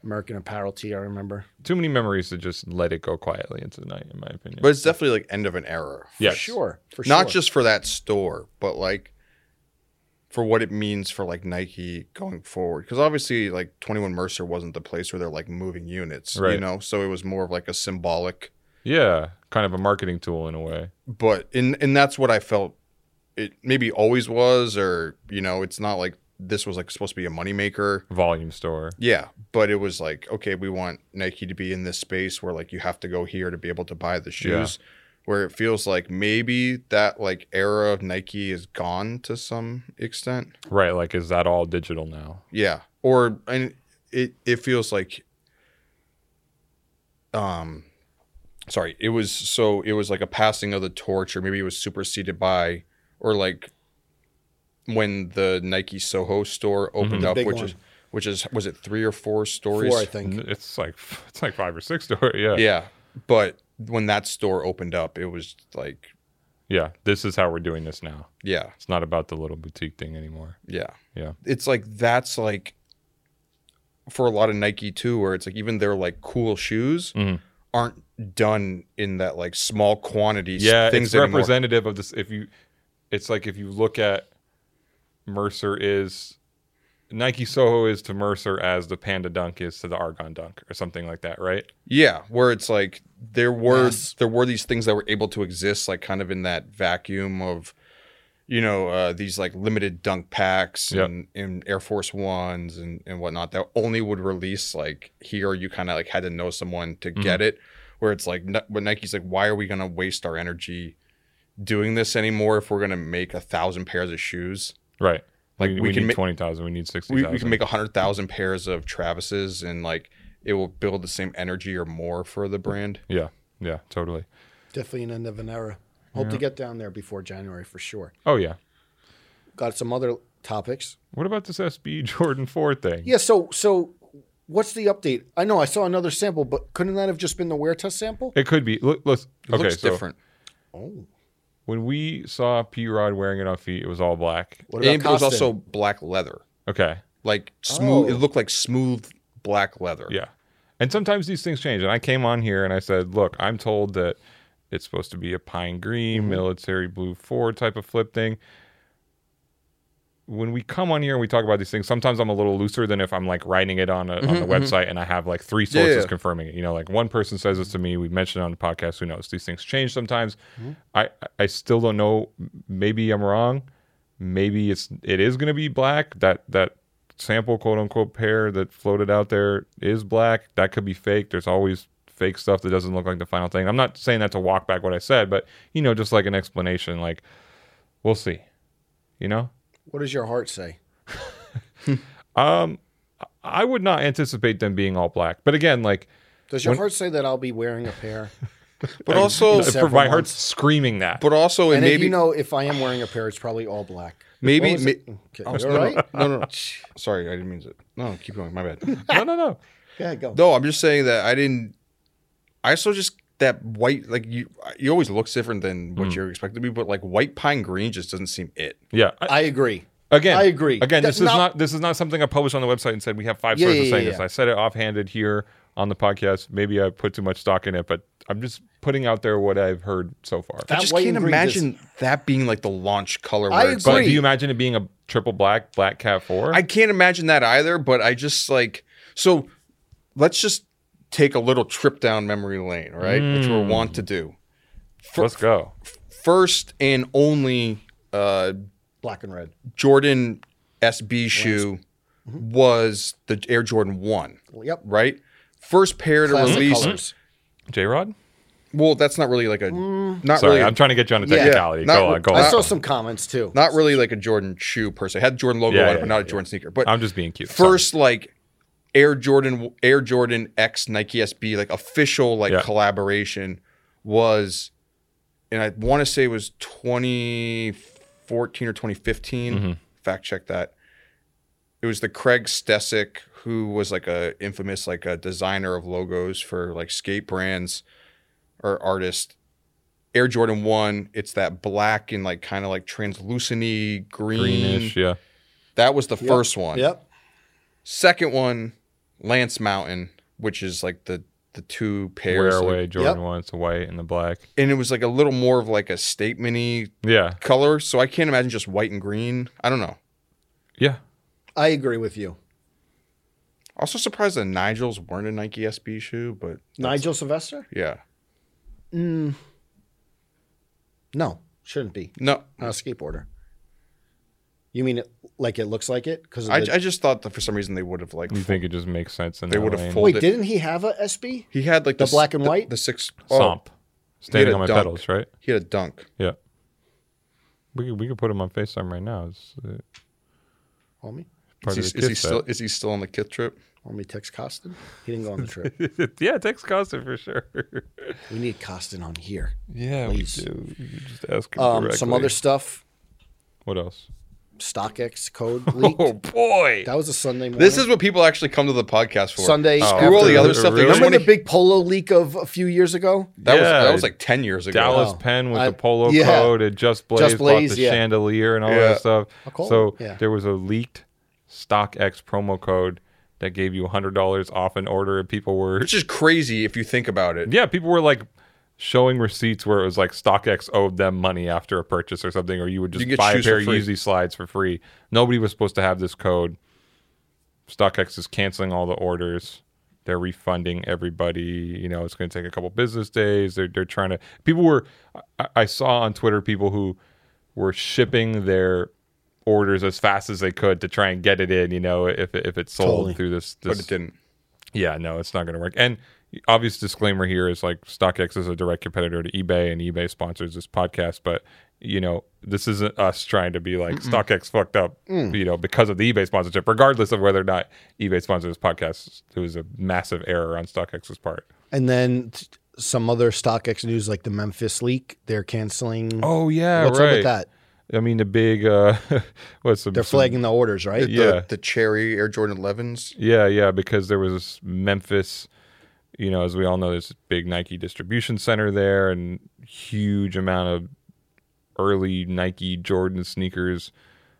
[SPEAKER 1] American Apparel tee. I remember.
[SPEAKER 3] Too many memories to just let it go quietly into the night, in my opinion.
[SPEAKER 2] But it's definitely like end of an era.
[SPEAKER 3] yes,
[SPEAKER 1] For sure. For
[SPEAKER 2] Not
[SPEAKER 1] sure.
[SPEAKER 2] just for that store, but like for what it means for like Nike going forward. Because obviously, like 21 Mercer wasn't the place where they're like moving units, you
[SPEAKER 3] Right.
[SPEAKER 2] know? So it was more of like a symbolic.
[SPEAKER 3] yeah, kind of a marketing tool in a way.
[SPEAKER 2] But, and, and that's what I felt it maybe always was, or, you know, it's not like this was like supposed to be a moneymaker.
[SPEAKER 3] Volume store.
[SPEAKER 2] Yeah, but it was like, okay, we want Nike to be in this space where like you have to go here to be able to buy the
[SPEAKER 3] Yeah.
[SPEAKER 2] shoes. Where it feels like maybe that like era of Nike is gone to some extent.
[SPEAKER 3] Right, like is that all digital now?
[SPEAKER 2] Yeah. Or and it it feels like um sorry, it was so it was like a passing of the torch or maybe it was superseded by or like when the Nike Soho store opened
[SPEAKER 1] Mm-hmm. The
[SPEAKER 2] up,
[SPEAKER 1] big
[SPEAKER 2] which
[SPEAKER 1] one.
[SPEAKER 2] is which is was it three or four stories?
[SPEAKER 1] four, I think.
[SPEAKER 3] It's like it's like five or six store. Yeah. yeah.
[SPEAKER 2] Yeah. But when that store opened up, it was like,
[SPEAKER 3] This is how we're doing this now.
[SPEAKER 2] yeah,
[SPEAKER 3] It's not about the little boutique thing anymore.
[SPEAKER 2] yeah.
[SPEAKER 3] Yeah.
[SPEAKER 2] It's like that's like for a lot of Nike too, where it's like even their like cool shoes
[SPEAKER 3] Mhm.
[SPEAKER 2] aren't done in that like small quantity s-
[SPEAKER 3] yeah,
[SPEAKER 2] things
[SPEAKER 3] it's
[SPEAKER 2] anymore.
[SPEAKER 3] representative of this. If you, it's like if you look at Mercer is Nike Soho is to Mercer as the Panda Dunk is to the Argon Dunk or something like that, right?
[SPEAKER 2] yeah, where it's like there were
[SPEAKER 1] Yes.
[SPEAKER 2] there were these things that were able to exist like kind of in that vacuum of you know uh, these like limited dunk packs
[SPEAKER 3] Yep.
[SPEAKER 2] and, and Air Force Ones and, and whatnot that only would release like here. You kind of like had to know someone
[SPEAKER 3] Mm-hmm.
[SPEAKER 2] to get it. Where it's like, n- when Nike's like, why are we gonna waste our energy doing this anymore if we're gonna make a thousand pairs of shoes?
[SPEAKER 3] Right.
[SPEAKER 2] Like,
[SPEAKER 3] Like we,
[SPEAKER 2] we can
[SPEAKER 3] need
[SPEAKER 2] ma-
[SPEAKER 3] twenty thousand. We need sixty
[SPEAKER 2] We,
[SPEAKER 3] thousand.
[SPEAKER 2] we can make a hundred thousand pairs of Travis's and like it will build the same energy or more for the brand.
[SPEAKER 3] yeah, yeah, totally.
[SPEAKER 1] Definitely an end of an era. Hope to get down there before January for sure.
[SPEAKER 3] Oh yeah.
[SPEAKER 1] Got some other topics.
[SPEAKER 3] What about this SB Jordan Four thing?
[SPEAKER 1] Yeah. So so, what's the update? I know I saw another sample, but couldn't that have just been the wear test sample?
[SPEAKER 3] It could be. Look, let's.
[SPEAKER 2] It
[SPEAKER 3] Okay,
[SPEAKER 2] looks
[SPEAKER 3] so
[SPEAKER 2] different.
[SPEAKER 1] Oh,
[SPEAKER 3] when we saw P Rod wearing it on feet, it was all black.
[SPEAKER 1] what about
[SPEAKER 2] And it was
[SPEAKER 1] Costin?
[SPEAKER 2] also black leather,
[SPEAKER 3] Okay.
[SPEAKER 2] like smooth. It
[SPEAKER 1] Oh.
[SPEAKER 2] looked like smooth black leather.
[SPEAKER 3] Yeah. And sometimes these things change. And I came on here and I said, look, I'm told that it's supposed to be a pine green,
[SPEAKER 2] Mm-hmm.
[SPEAKER 3] military blue four type of flip thing. When we come on here and we talk about these things, sometimes I'm a little looser than if I'm like writing it on, a, on the website and I have like three
[SPEAKER 2] Mm-hmm, Yeah,
[SPEAKER 3] sources
[SPEAKER 2] yeah.
[SPEAKER 3] confirming it. You know, like one person says this to me, we mentioned it on the podcast, who knows? These things change sometimes.
[SPEAKER 2] Mm-hmm.
[SPEAKER 3] I, I still don't know. Maybe I'm wrong. Maybe it's it is going to be black. That that sample quote unquote pair that floated out there is black. That could be fake. There's always fake stuff that doesn't look like the final thing. I'm not saying that to walk back what I said, but you know, just like an explanation. Like we'll see. You know,
[SPEAKER 1] What does your heart say?
[SPEAKER 3] um, I would not anticipate them being all black. But again, like
[SPEAKER 1] Does your
[SPEAKER 3] When-
[SPEAKER 1] heart say that I'll be wearing a pair?
[SPEAKER 2] But also,
[SPEAKER 3] for
[SPEAKER 1] Several
[SPEAKER 3] my heart's
[SPEAKER 1] months.
[SPEAKER 3] screaming that.
[SPEAKER 2] but also, and
[SPEAKER 1] And if
[SPEAKER 2] maybe
[SPEAKER 1] you know, if I am wearing a pair, it's probably all black.
[SPEAKER 2] maybe
[SPEAKER 1] What was
[SPEAKER 2] ma-
[SPEAKER 1] it? Okay,
[SPEAKER 2] Oh,
[SPEAKER 1] you
[SPEAKER 2] no,
[SPEAKER 1] all right?
[SPEAKER 2] no, no, no. Sorry, I didn't mean to. No, keep going. My bad.
[SPEAKER 3] no, no, no.
[SPEAKER 1] Yeah, go.
[SPEAKER 2] No, I'm just saying that I didn't. I saw just that white, like you. You always looks different than
[SPEAKER 3] Mm.
[SPEAKER 2] what you're expected to be, but like white pine green just doesn't seem it.
[SPEAKER 3] Yeah. I-
[SPEAKER 1] I agree.
[SPEAKER 3] Again,
[SPEAKER 1] I agree.
[SPEAKER 3] Again,
[SPEAKER 1] That-
[SPEAKER 3] this is
[SPEAKER 1] now-
[SPEAKER 3] not this is not something I published on the website and said we have five
[SPEAKER 1] Yeah,
[SPEAKER 3] sources
[SPEAKER 1] yeah,
[SPEAKER 3] saying
[SPEAKER 1] yeah,
[SPEAKER 3] this.
[SPEAKER 1] yeah.
[SPEAKER 3] I said it offhanded here on the podcast. Maybe I put too much stock in it, but I'm just putting out there what I've heard so far.
[SPEAKER 1] That
[SPEAKER 2] I just
[SPEAKER 1] white
[SPEAKER 2] can't
[SPEAKER 1] and green just-
[SPEAKER 2] imagine that being like the launch color.
[SPEAKER 1] I
[SPEAKER 2] Where it's
[SPEAKER 3] but
[SPEAKER 2] like,
[SPEAKER 3] do
[SPEAKER 1] agree.
[SPEAKER 3] you imagine it being a triple black black cat four?
[SPEAKER 2] I can't imagine that either. But I just like so. Let's just take a little trip down memory lane, right? Which we want
[SPEAKER 3] Mm.
[SPEAKER 2] to do.
[SPEAKER 3] Let's go.
[SPEAKER 2] first and only uh,
[SPEAKER 1] black and red.
[SPEAKER 2] Jordan SB shoe
[SPEAKER 3] Mm-hmm.
[SPEAKER 2] was the Air Jordan 1,
[SPEAKER 1] Yep.
[SPEAKER 2] right? First pair to
[SPEAKER 1] Classic
[SPEAKER 2] release. Mm.
[SPEAKER 1] colors.
[SPEAKER 3] J Rod?
[SPEAKER 2] Well, that's not really like a not
[SPEAKER 3] Mm. Sorry,
[SPEAKER 2] really
[SPEAKER 3] I'm trying to get you on a
[SPEAKER 1] Yeah.
[SPEAKER 3] technicality.
[SPEAKER 2] Not
[SPEAKER 3] go
[SPEAKER 2] re-
[SPEAKER 3] on, go on.
[SPEAKER 1] Mm. I saw some comments too.
[SPEAKER 2] Oh, not really like a Jordan shoe per se. Had the Jordan logo
[SPEAKER 3] Yeah,
[SPEAKER 2] on it,
[SPEAKER 3] yeah,
[SPEAKER 2] but not
[SPEAKER 3] yeah,
[SPEAKER 2] a Jordan sneaker. But
[SPEAKER 3] I'm just being cute. Sorry.
[SPEAKER 2] first like Air Jordan Air Jordan X Nike SB like official like
[SPEAKER 3] Yeah.
[SPEAKER 2] collaboration was and I want to say it was 2014 or 2015
[SPEAKER 3] Mm-hmm.
[SPEAKER 2] fact check that it was the Craig Stessic who was like a infamous like a designer of logos for like skate brands or artist Air Jordan 1 it's that black and like kind of like translucent green
[SPEAKER 1] Mm,
[SPEAKER 3] greenish, yeah.
[SPEAKER 2] that was the first one
[SPEAKER 1] Yep.
[SPEAKER 2] Second one, Lance Mountain, which is like the the two
[SPEAKER 3] Wear
[SPEAKER 2] pairs, like-
[SPEAKER 3] away Jordan
[SPEAKER 1] Yep.
[SPEAKER 3] one, it's the white and the black.
[SPEAKER 2] and it was like a little more of like a statementy
[SPEAKER 3] Yeah,
[SPEAKER 2] color. So I can't imagine just white and green. I don't know.
[SPEAKER 3] yeah.
[SPEAKER 1] I agree with you.
[SPEAKER 2] Also surprised that Nigel's weren't a Nike SB shoe, but
[SPEAKER 1] Nigel Sylvester?
[SPEAKER 2] yeah,
[SPEAKER 1] No, shouldn't be.
[SPEAKER 2] no,
[SPEAKER 1] Not a skateboarder. You mean it, like it looks like it? Because
[SPEAKER 2] I, I just thought that for some reason they would have like
[SPEAKER 3] You think it just makes sense? In
[SPEAKER 2] They
[SPEAKER 3] that
[SPEAKER 2] would've
[SPEAKER 3] lane.
[SPEAKER 2] folded
[SPEAKER 1] wait, didn't he have a SB?
[SPEAKER 2] he had like
[SPEAKER 1] The
[SPEAKER 2] s-
[SPEAKER 1] black and white?
[SPEAKER 2] the, six oh,
[SPEAKER 3] Stomp,
[SPEAKER 2] He
[SPEAKER 3] standing
[SPEAKER 2] had a
[SPEAKER 3] on my
[SPEAKER 2] dunk.
[SPEAKER 3] pedals, right?
[SPEAKER 2] He had a dunk.
[SPEAKER 3] Yeah. We could, we could put him on Facetime right now. It's uh,
[SPEAKER 1] Homie,
[SPEAKER 3] part
[SPEAKER 2] Is he,
[SPEAKER 3] of the
[SPEAKER 2] is he
[SPEAKER 3] kit set.
[SPEAKER 2] still is he still on the kit trip?
[SPEAKER 1] homie Tex Costin. He didn't go on the trip.
[SPEAKER 3] yeah, text Costa for sure.
[SPEAKER 1] we need Costin on here.
[SPEAKER 3] yeah,
[SPEAKER 1] Please.
[SPEAKER 3] we do. You could just ask him
[SPEAKER 1] Um,
[SPEAKER 3] directly.
[SPEAKER 1] some other stuff.
[SPEAKER 3] What else?
[SPEAKER 1] StockX code leaked.
[SPEAKER 3] Oh boy!
[SPEAKER 1] That was a Sunday morning.
[SPEAKER 2] This is what people actually come to the podcast for.
[SPEAKER 1] Sunday.
[SPEAKER 3] Oh,
[SPEAKER 2] Screw all the
[SPEAKER 1] afternoon.
[SPEAKER 2] other stuff. They just
[SPEAKER 3] Really?
[SPEAKER 1] Remember
[SPEAKER 2] want
[SPEAKER 1] the
[SPEAKER 2] to.
[SPEAKER 1] big polo leak of a few years ago?
[SPEAKER 2] That was
[SPEAKER 3] Yeah.
[SPEAKER 2] that was like ten years ago.
[SPEAKER 3] Dallas
[SPEAKER 1] Wow.
[SPEAKER 3] Penn with
[SPEAKER 1] I-
[SPEAKER 3] the polo
[SPEAKER 1] yeah.
[SPEAKER 3] code and Just Blaze, bought
[SPEAKER 1] Blaze,
[SPEAKER 3] the
[SPEAKER 1] yeah.
[SPEAKER 3] chandelier and all
[SPEAKER 2] Yeah.
[SPEAKER 3] that stuff.
[SPEAKER 1] call
[SPEAKER 3] So
[SPEAKER 1] it, yeah.
[SPEAKER 3] there was a leaked StockX promo code that gave you $100 off an order, and people were
[SPEAKER 2] which is crazy if you think about it.
[SPEAKER 3] yeah, people were like showing receipts where it was like StockX owed them money after a purchase or something, or you would just
[SPEAKER 2] You get
[SPEAKER 3] buy a
[SPEAKER 2] shoes for
[SPEAKER 3] pair of
[SPEAKER 2] free.
[SPEAKER 3] Yeezy slides for free. Nobody was supposed to have this code. StockX is canceling all the orders. They're refunding everybody. You know, it's going to take a couple business days. They're they're trying to. People were. I, I saw on Twitter people who were shipping their orders as fast as they could to try and get it in. You know, if it- if it's sold
[SPEAKER 1] Totally.
[SPEAKER 3] through this
[SPEAKER 2] but
[SPEAKER 3] this
[SPEAKER 2] it didn't.
[SPEAKER 3] yeah, no, it's not going to work. And obvious disclaimer here is like StockX is a direct competitor to eBay, and eBay sponsors this podcast. But you know, this isn't us trying to be like StockX fucked up, you know, because of the eBay sponsorship, regardless of whether or not eBay sponsored this podcast. It was a massive error on StockX's part.
[SPEAKER 1] And then t- some other StockX news, like the Memphis leak. They're canceling.
[SPEAKER 3] Oh yeah,
[SPEAKER 1] What's up
[SPEAKER 3] right.
[SPEAKER 1] with that?
[SPEAKER 3] I mean, the big uh, what's the
[SPEAKER 1] They're flagging the orders, right?
[SPEAKER 3] Yeah.
[SPEAKER 2] The, the cherry Air Jordan 11s.
[SPEAKER 3] Yeah, yeah, because there was this Memphis, you know, as we all know, there's a big Nike distribution center there and huge amount of early Nike Jordan sneakers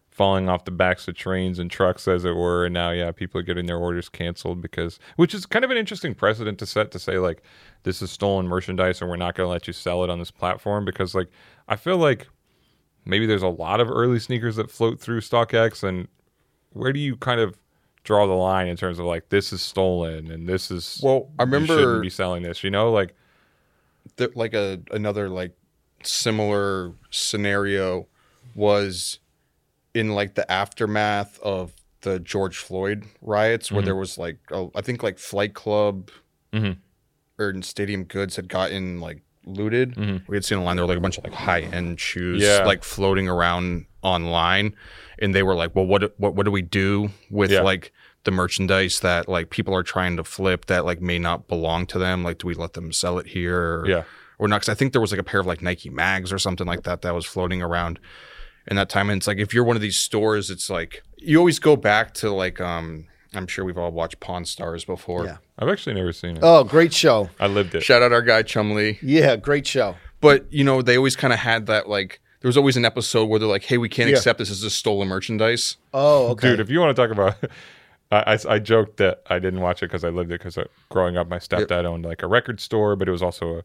[SPEAKER 3] falling off the backs of trains and trucks as it were and now yeah people are getting their orders canceled because which is kind of an interesting precedent to set to say like this is stolen merchandise and we're not going to let you sell it on this platform because like i feel like maybe there's a lot of early sneakers that float through StockX and where do you kind of draw the line in terms of like this is stolen and this is
[SPEAKER 2] Well, I
[SPEAKER 3] you
[SPEAKER 2] remember
[SPEAKER 3] shouldn't be selling this you know like
[SPEAKER 2] th- like a another like similar scenario was in like the aftermath of the George Floyd riots
[SPEAKER 3] Mm-hmm.
[SPEAKER 2] where there was like a, I think like Flight Club
[SPEAKER 3] Mhm.
[SPEAKER 2] or in Stadium Goods had gotten like looted. We had seen online there were like a bunch of like high end shoes
[SPEAKER 3] Mm-hmm. Yeah.
[SPEAKER 2] like floating around online and they were like, "Well, what what what do we do with
[SPEAKER 3] Yeah.
[SPEAKER 2] like the merchandise that like people are trying to flip that like may not belong to them? Like do we let them sell it here?"
[SPEAKER 3] yeah
[SPEAKER 2] or not because I think there was like a pair of like Nike mags or something like that that was floating around in that time. And it's like if you're one of these stores, it's like you always go back to like um I'm sure we've all watched Pawn Stars before.
[SPEAKER 1] Yeah.
[SPEAKER 3] i've actually never seen it
[SPEAKER 1] Oh, great show.
[SPEAKER 3] i lived it
[SPEAKER 2] Shout out our guy Chumley.
[SPEAKER 1] Yeah, great show.
[SPEAKER 2] But you know, they always kind of had that like there was always an episode where they're like, hey, we can't
[SPEAKER 1] Yeah.
[SPEAKER 2] accept this as just stolen merchandise.
[SPEAKER 1] Oh, okay.
[SPEAKER 3] dude if you want to talk about I, I, I joked uh, that i didn't watch it because i lived it because growing up my stepdad owned like a record store but it was also a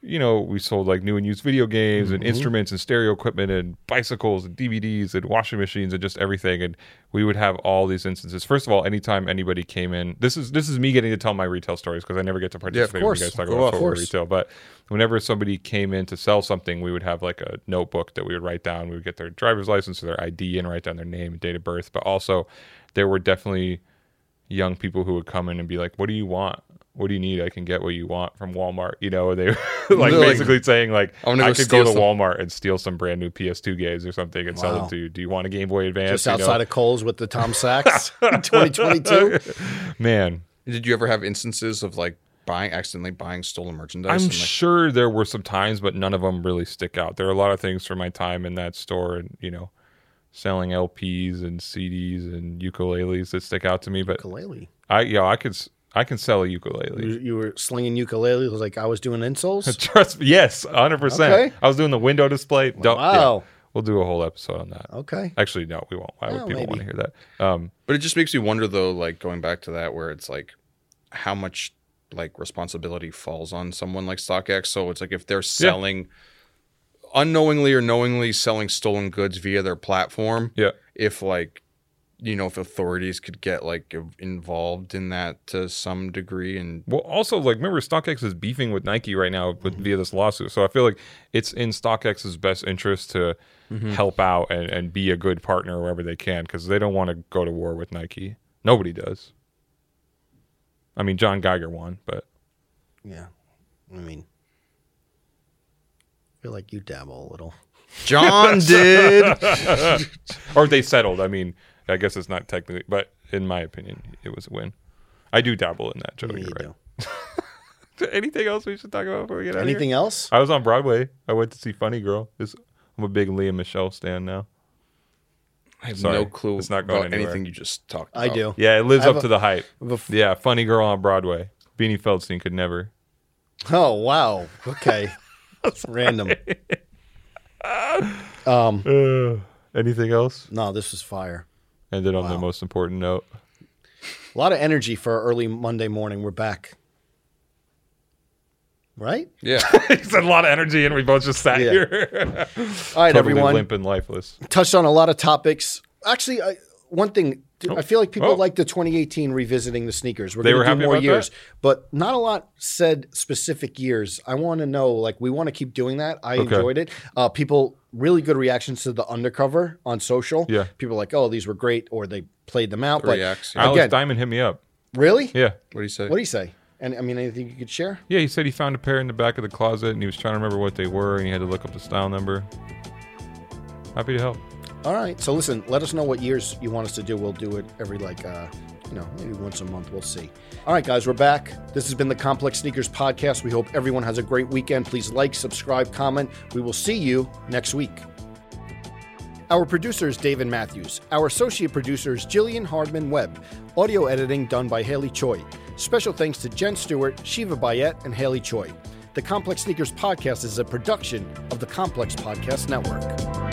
[SPEAKER 3] you know, we sold like new and used video games and instruments and stereo equipment and bicycles and DVDs and washing machines and just everything. And we would have all these instances. First of all, anytime anybody came in, this is this is me getting to tell my retail stories because I never get to participate when
[SPEAKER 1] course.
[SPEAKER 3] you guys talk
[SPEAKER 1] Oh,
[SPEAKER 3] about
[SPEAKER 1] of
[SPEAKER 3] software
[SPEAKER 1] course.
[SPEAKER 3] retail. But whenever somebody came in to sell something, we would have like a notebook that we would write down. We would get their driver's license or their ID and write down their name and date of birth. But also, there were definitely young people who would come in and be like, "What do you want? What do you need? I can get what you want from Walmart." You know, they were like
[SPEAKER 2] They're like,
[SPEAKER 3] basically saying like,
[SPEAKER 2] "I'm gonna
[SPEAKER 3] "I
[SPEAKER 2] go
[SPEAKER 3] could
[SPEAKER 2] steal
[SPEAKER 3] go to
[SPEAKER 2] some-
[SPEAKER 3] Walmart and steal some brand new PS2 games or something and sell them
[SPEAKER 1] Wow.
[SPEAKER 3] to you. Do you want a Game Boy Advance?"
[SPEAKER 1] Just outside of Cole's with the Tom Sachs 2022.
[SPEAKER 3] of man.
[SPEAKER 2] Did you ever have instances of like buying accidentally buying stolen merchandise? and,
[SPEAKER 3] I'm
[SPEAKER 2] like,
[SPEAKER 3] sure there were some times, but none of them really stick out. There are a lot of things from my time in that store, and you know, selling LPs and CDs and ukuleles that stick out to me. But
[SPEAKER 1] Ukulele.
[SPEAKER 3] I, yeah, I could, s- I can sell a ukulele.
[SPEAKER 1] You, you were slinging ukulele it was like I was doing insoles.
[SPEAKER 3] Trust me. Yes, 100%.
[SPEAKER 1] Okay.
[SPEAKER 3] I was doing the window display. Don't,
[SPEAKER 1] Wow.
[SPEAKER 3] yeah. we'll do a whole episode on that.
[SPEAKER 1] Okay.
[SPEAKER 3] Actually, no, we won't. Why would
[SPEAKER 1] Oh,
[SPEAKER 3] people
[SPEAKER 1] maybe.
[SPEAKER 3] want to hear that? Um,
[SPEAKER 2] But it just makes me wonder though, like going back to that where it's like how much like responsibility falls on someone like StockX. So it's like if they're selling unknowingly or knowingly selling stolen goods via their platform,
[SPEAKER 3] yeah.
[SPEAKER 2] if like you know, if authorities could get like involved in that to some degree and
[SPEAKER 3] Well, also, like, remember, StockX is beefing with Nike right now with,
[SPEAKER 1] Mm-hmm.
[SPEAKER 3] via this lawsuit. So I feel like it's in StockX's best interest to
[SPEAKER 1] Mm-hmm.
[SPEAKER 3] help out and, and be a good partner wherever they can because they don't want to go to war with Nike. Nobody does. I mean, John Geiger won, but
[SPEAKER 1] Yeah. I mean, I feel like you dabble a little.
[SPEAKER 2] John did
[SPEAKER 3] or they settled. I mean, I guess it's not technically, but in my opinion, it was a win. I do dabble in that, Joe.
[SPEAKER 1] Yeah,
[SPEAKER 3] you're
[SPEAKER 1] you
[SPEAKER 3] right. Anything else we should talk about before we get
[SPEAKER 1] do.
[SPEAKER 3] out of
[SPEAKER 1] Anything
[SPEAKER 3] here?
[SPEAKER 1] else?
[SPEAKER 3] I was on Broadway. I went to see Funny Girl. This, I'm a big Leah Michelle stan now.
[SPEAKER 2] I have
[SPEAKER 3] Sorry,
[SPEAKER 2] no clue
[SPEAKER 3] it's not going
[SPEAKER 2] about
[SPEAKER 3] anywhere.
[SPEAKER 2] anything you just talked about.
[SPEAKER 1] I do.
[SPEAKER 3] Oh. Yeah, it lives
[SPEAKER 1] I have
[SPEAKER 3] up to
[SPEAKER 1] a-
[SPEAKER 3] the hype.
[SPEAKER 1] Bef-
[SPEAKER 3] Yeah, Funny Girl on Broadway. Beanie Feldstein could never.
[SPEAKER 1] Oh wow. Okay. Random. um.
[SPEAKER 3] Uh, Anything else?
[SPEAKER 1] No, this was fire.
[SPEAKER 3] And then on the most important note,
[SPEAKER 1] A lot of energy for early Monday morning. We're back. Right.
[SPEAKER 2] Yeah.
[SPEAKER 3] it's a lot of energy, and we both just sat
[SPEAKER 1] Yeah.
[SPEAKER 3] here,
[SPEAKER 1] All right,
[SPEAKER 3] totally
[SPEAKER 1] everyone.
[SPEAKER 3] limp and lifeless.
[SPEAKER 1] touched on a lot of topics. Actually, I, one thing d- I feel like people
[SPEAKER 3] Oh.
[SPEAKER 1] like the 2018 revisiting the sneakers. We're
[SPEAKER 3] They
[SPEAKER 1] going
[SPEAKER 3] were
[SPEAKER 1] to
[SPEAKER 3] happy
[SPEAKER 1] do more
[SPEAKER 3] about that?
[SPEAKER 1] years, but not a lot said specific years. I want to know, like, we want to keep doing that. I
[SPEAKER 3] Okay.
[SPEAKER 1] enjoyed it. Uh, people really good reactions to the undercover on social.
[SPEAKER 3] Yeah.
[SPEAKER 1] people like, oh, these were great, or they played them out. But
[SPEAKER 2] Reacts, yeah.
[SPEAKER 3] Alex
[SPEAKER 1] again,
[SPEAKER 3] Diamond hit me up.
[SPEAKER 1] really,
[SPEAKER 3] Yeah,
[SPEAKER 2] What do you say?
[SPEAKER 1] what do you say? And I mean, anything you could share?
[SPEAKER 3] yeah. He said he found a pair in the back of the closet, and he was trying to remember what they were, and he had to look up the style number. Happy to help.
[SPEAKER 1] All right. So listen, let us know what years you want us to do. We'll do it every like uh you know, maybe once a month. We'll see. All right, guys, we're back. This has been the Complex Sneakers Podcast. We hope everyone has a great weekend. Please like, subscribe, comment. We will see you next week. Our producer is David Matthews. Our associate producer is Jillian Hardman Webb. Audio editing done by Haley Choi. Special thanks to Jen Stewart, Shiva Bayet, and Haley Choi. The Complex Sneakers Podcast is a production of the Complex Podcast Network.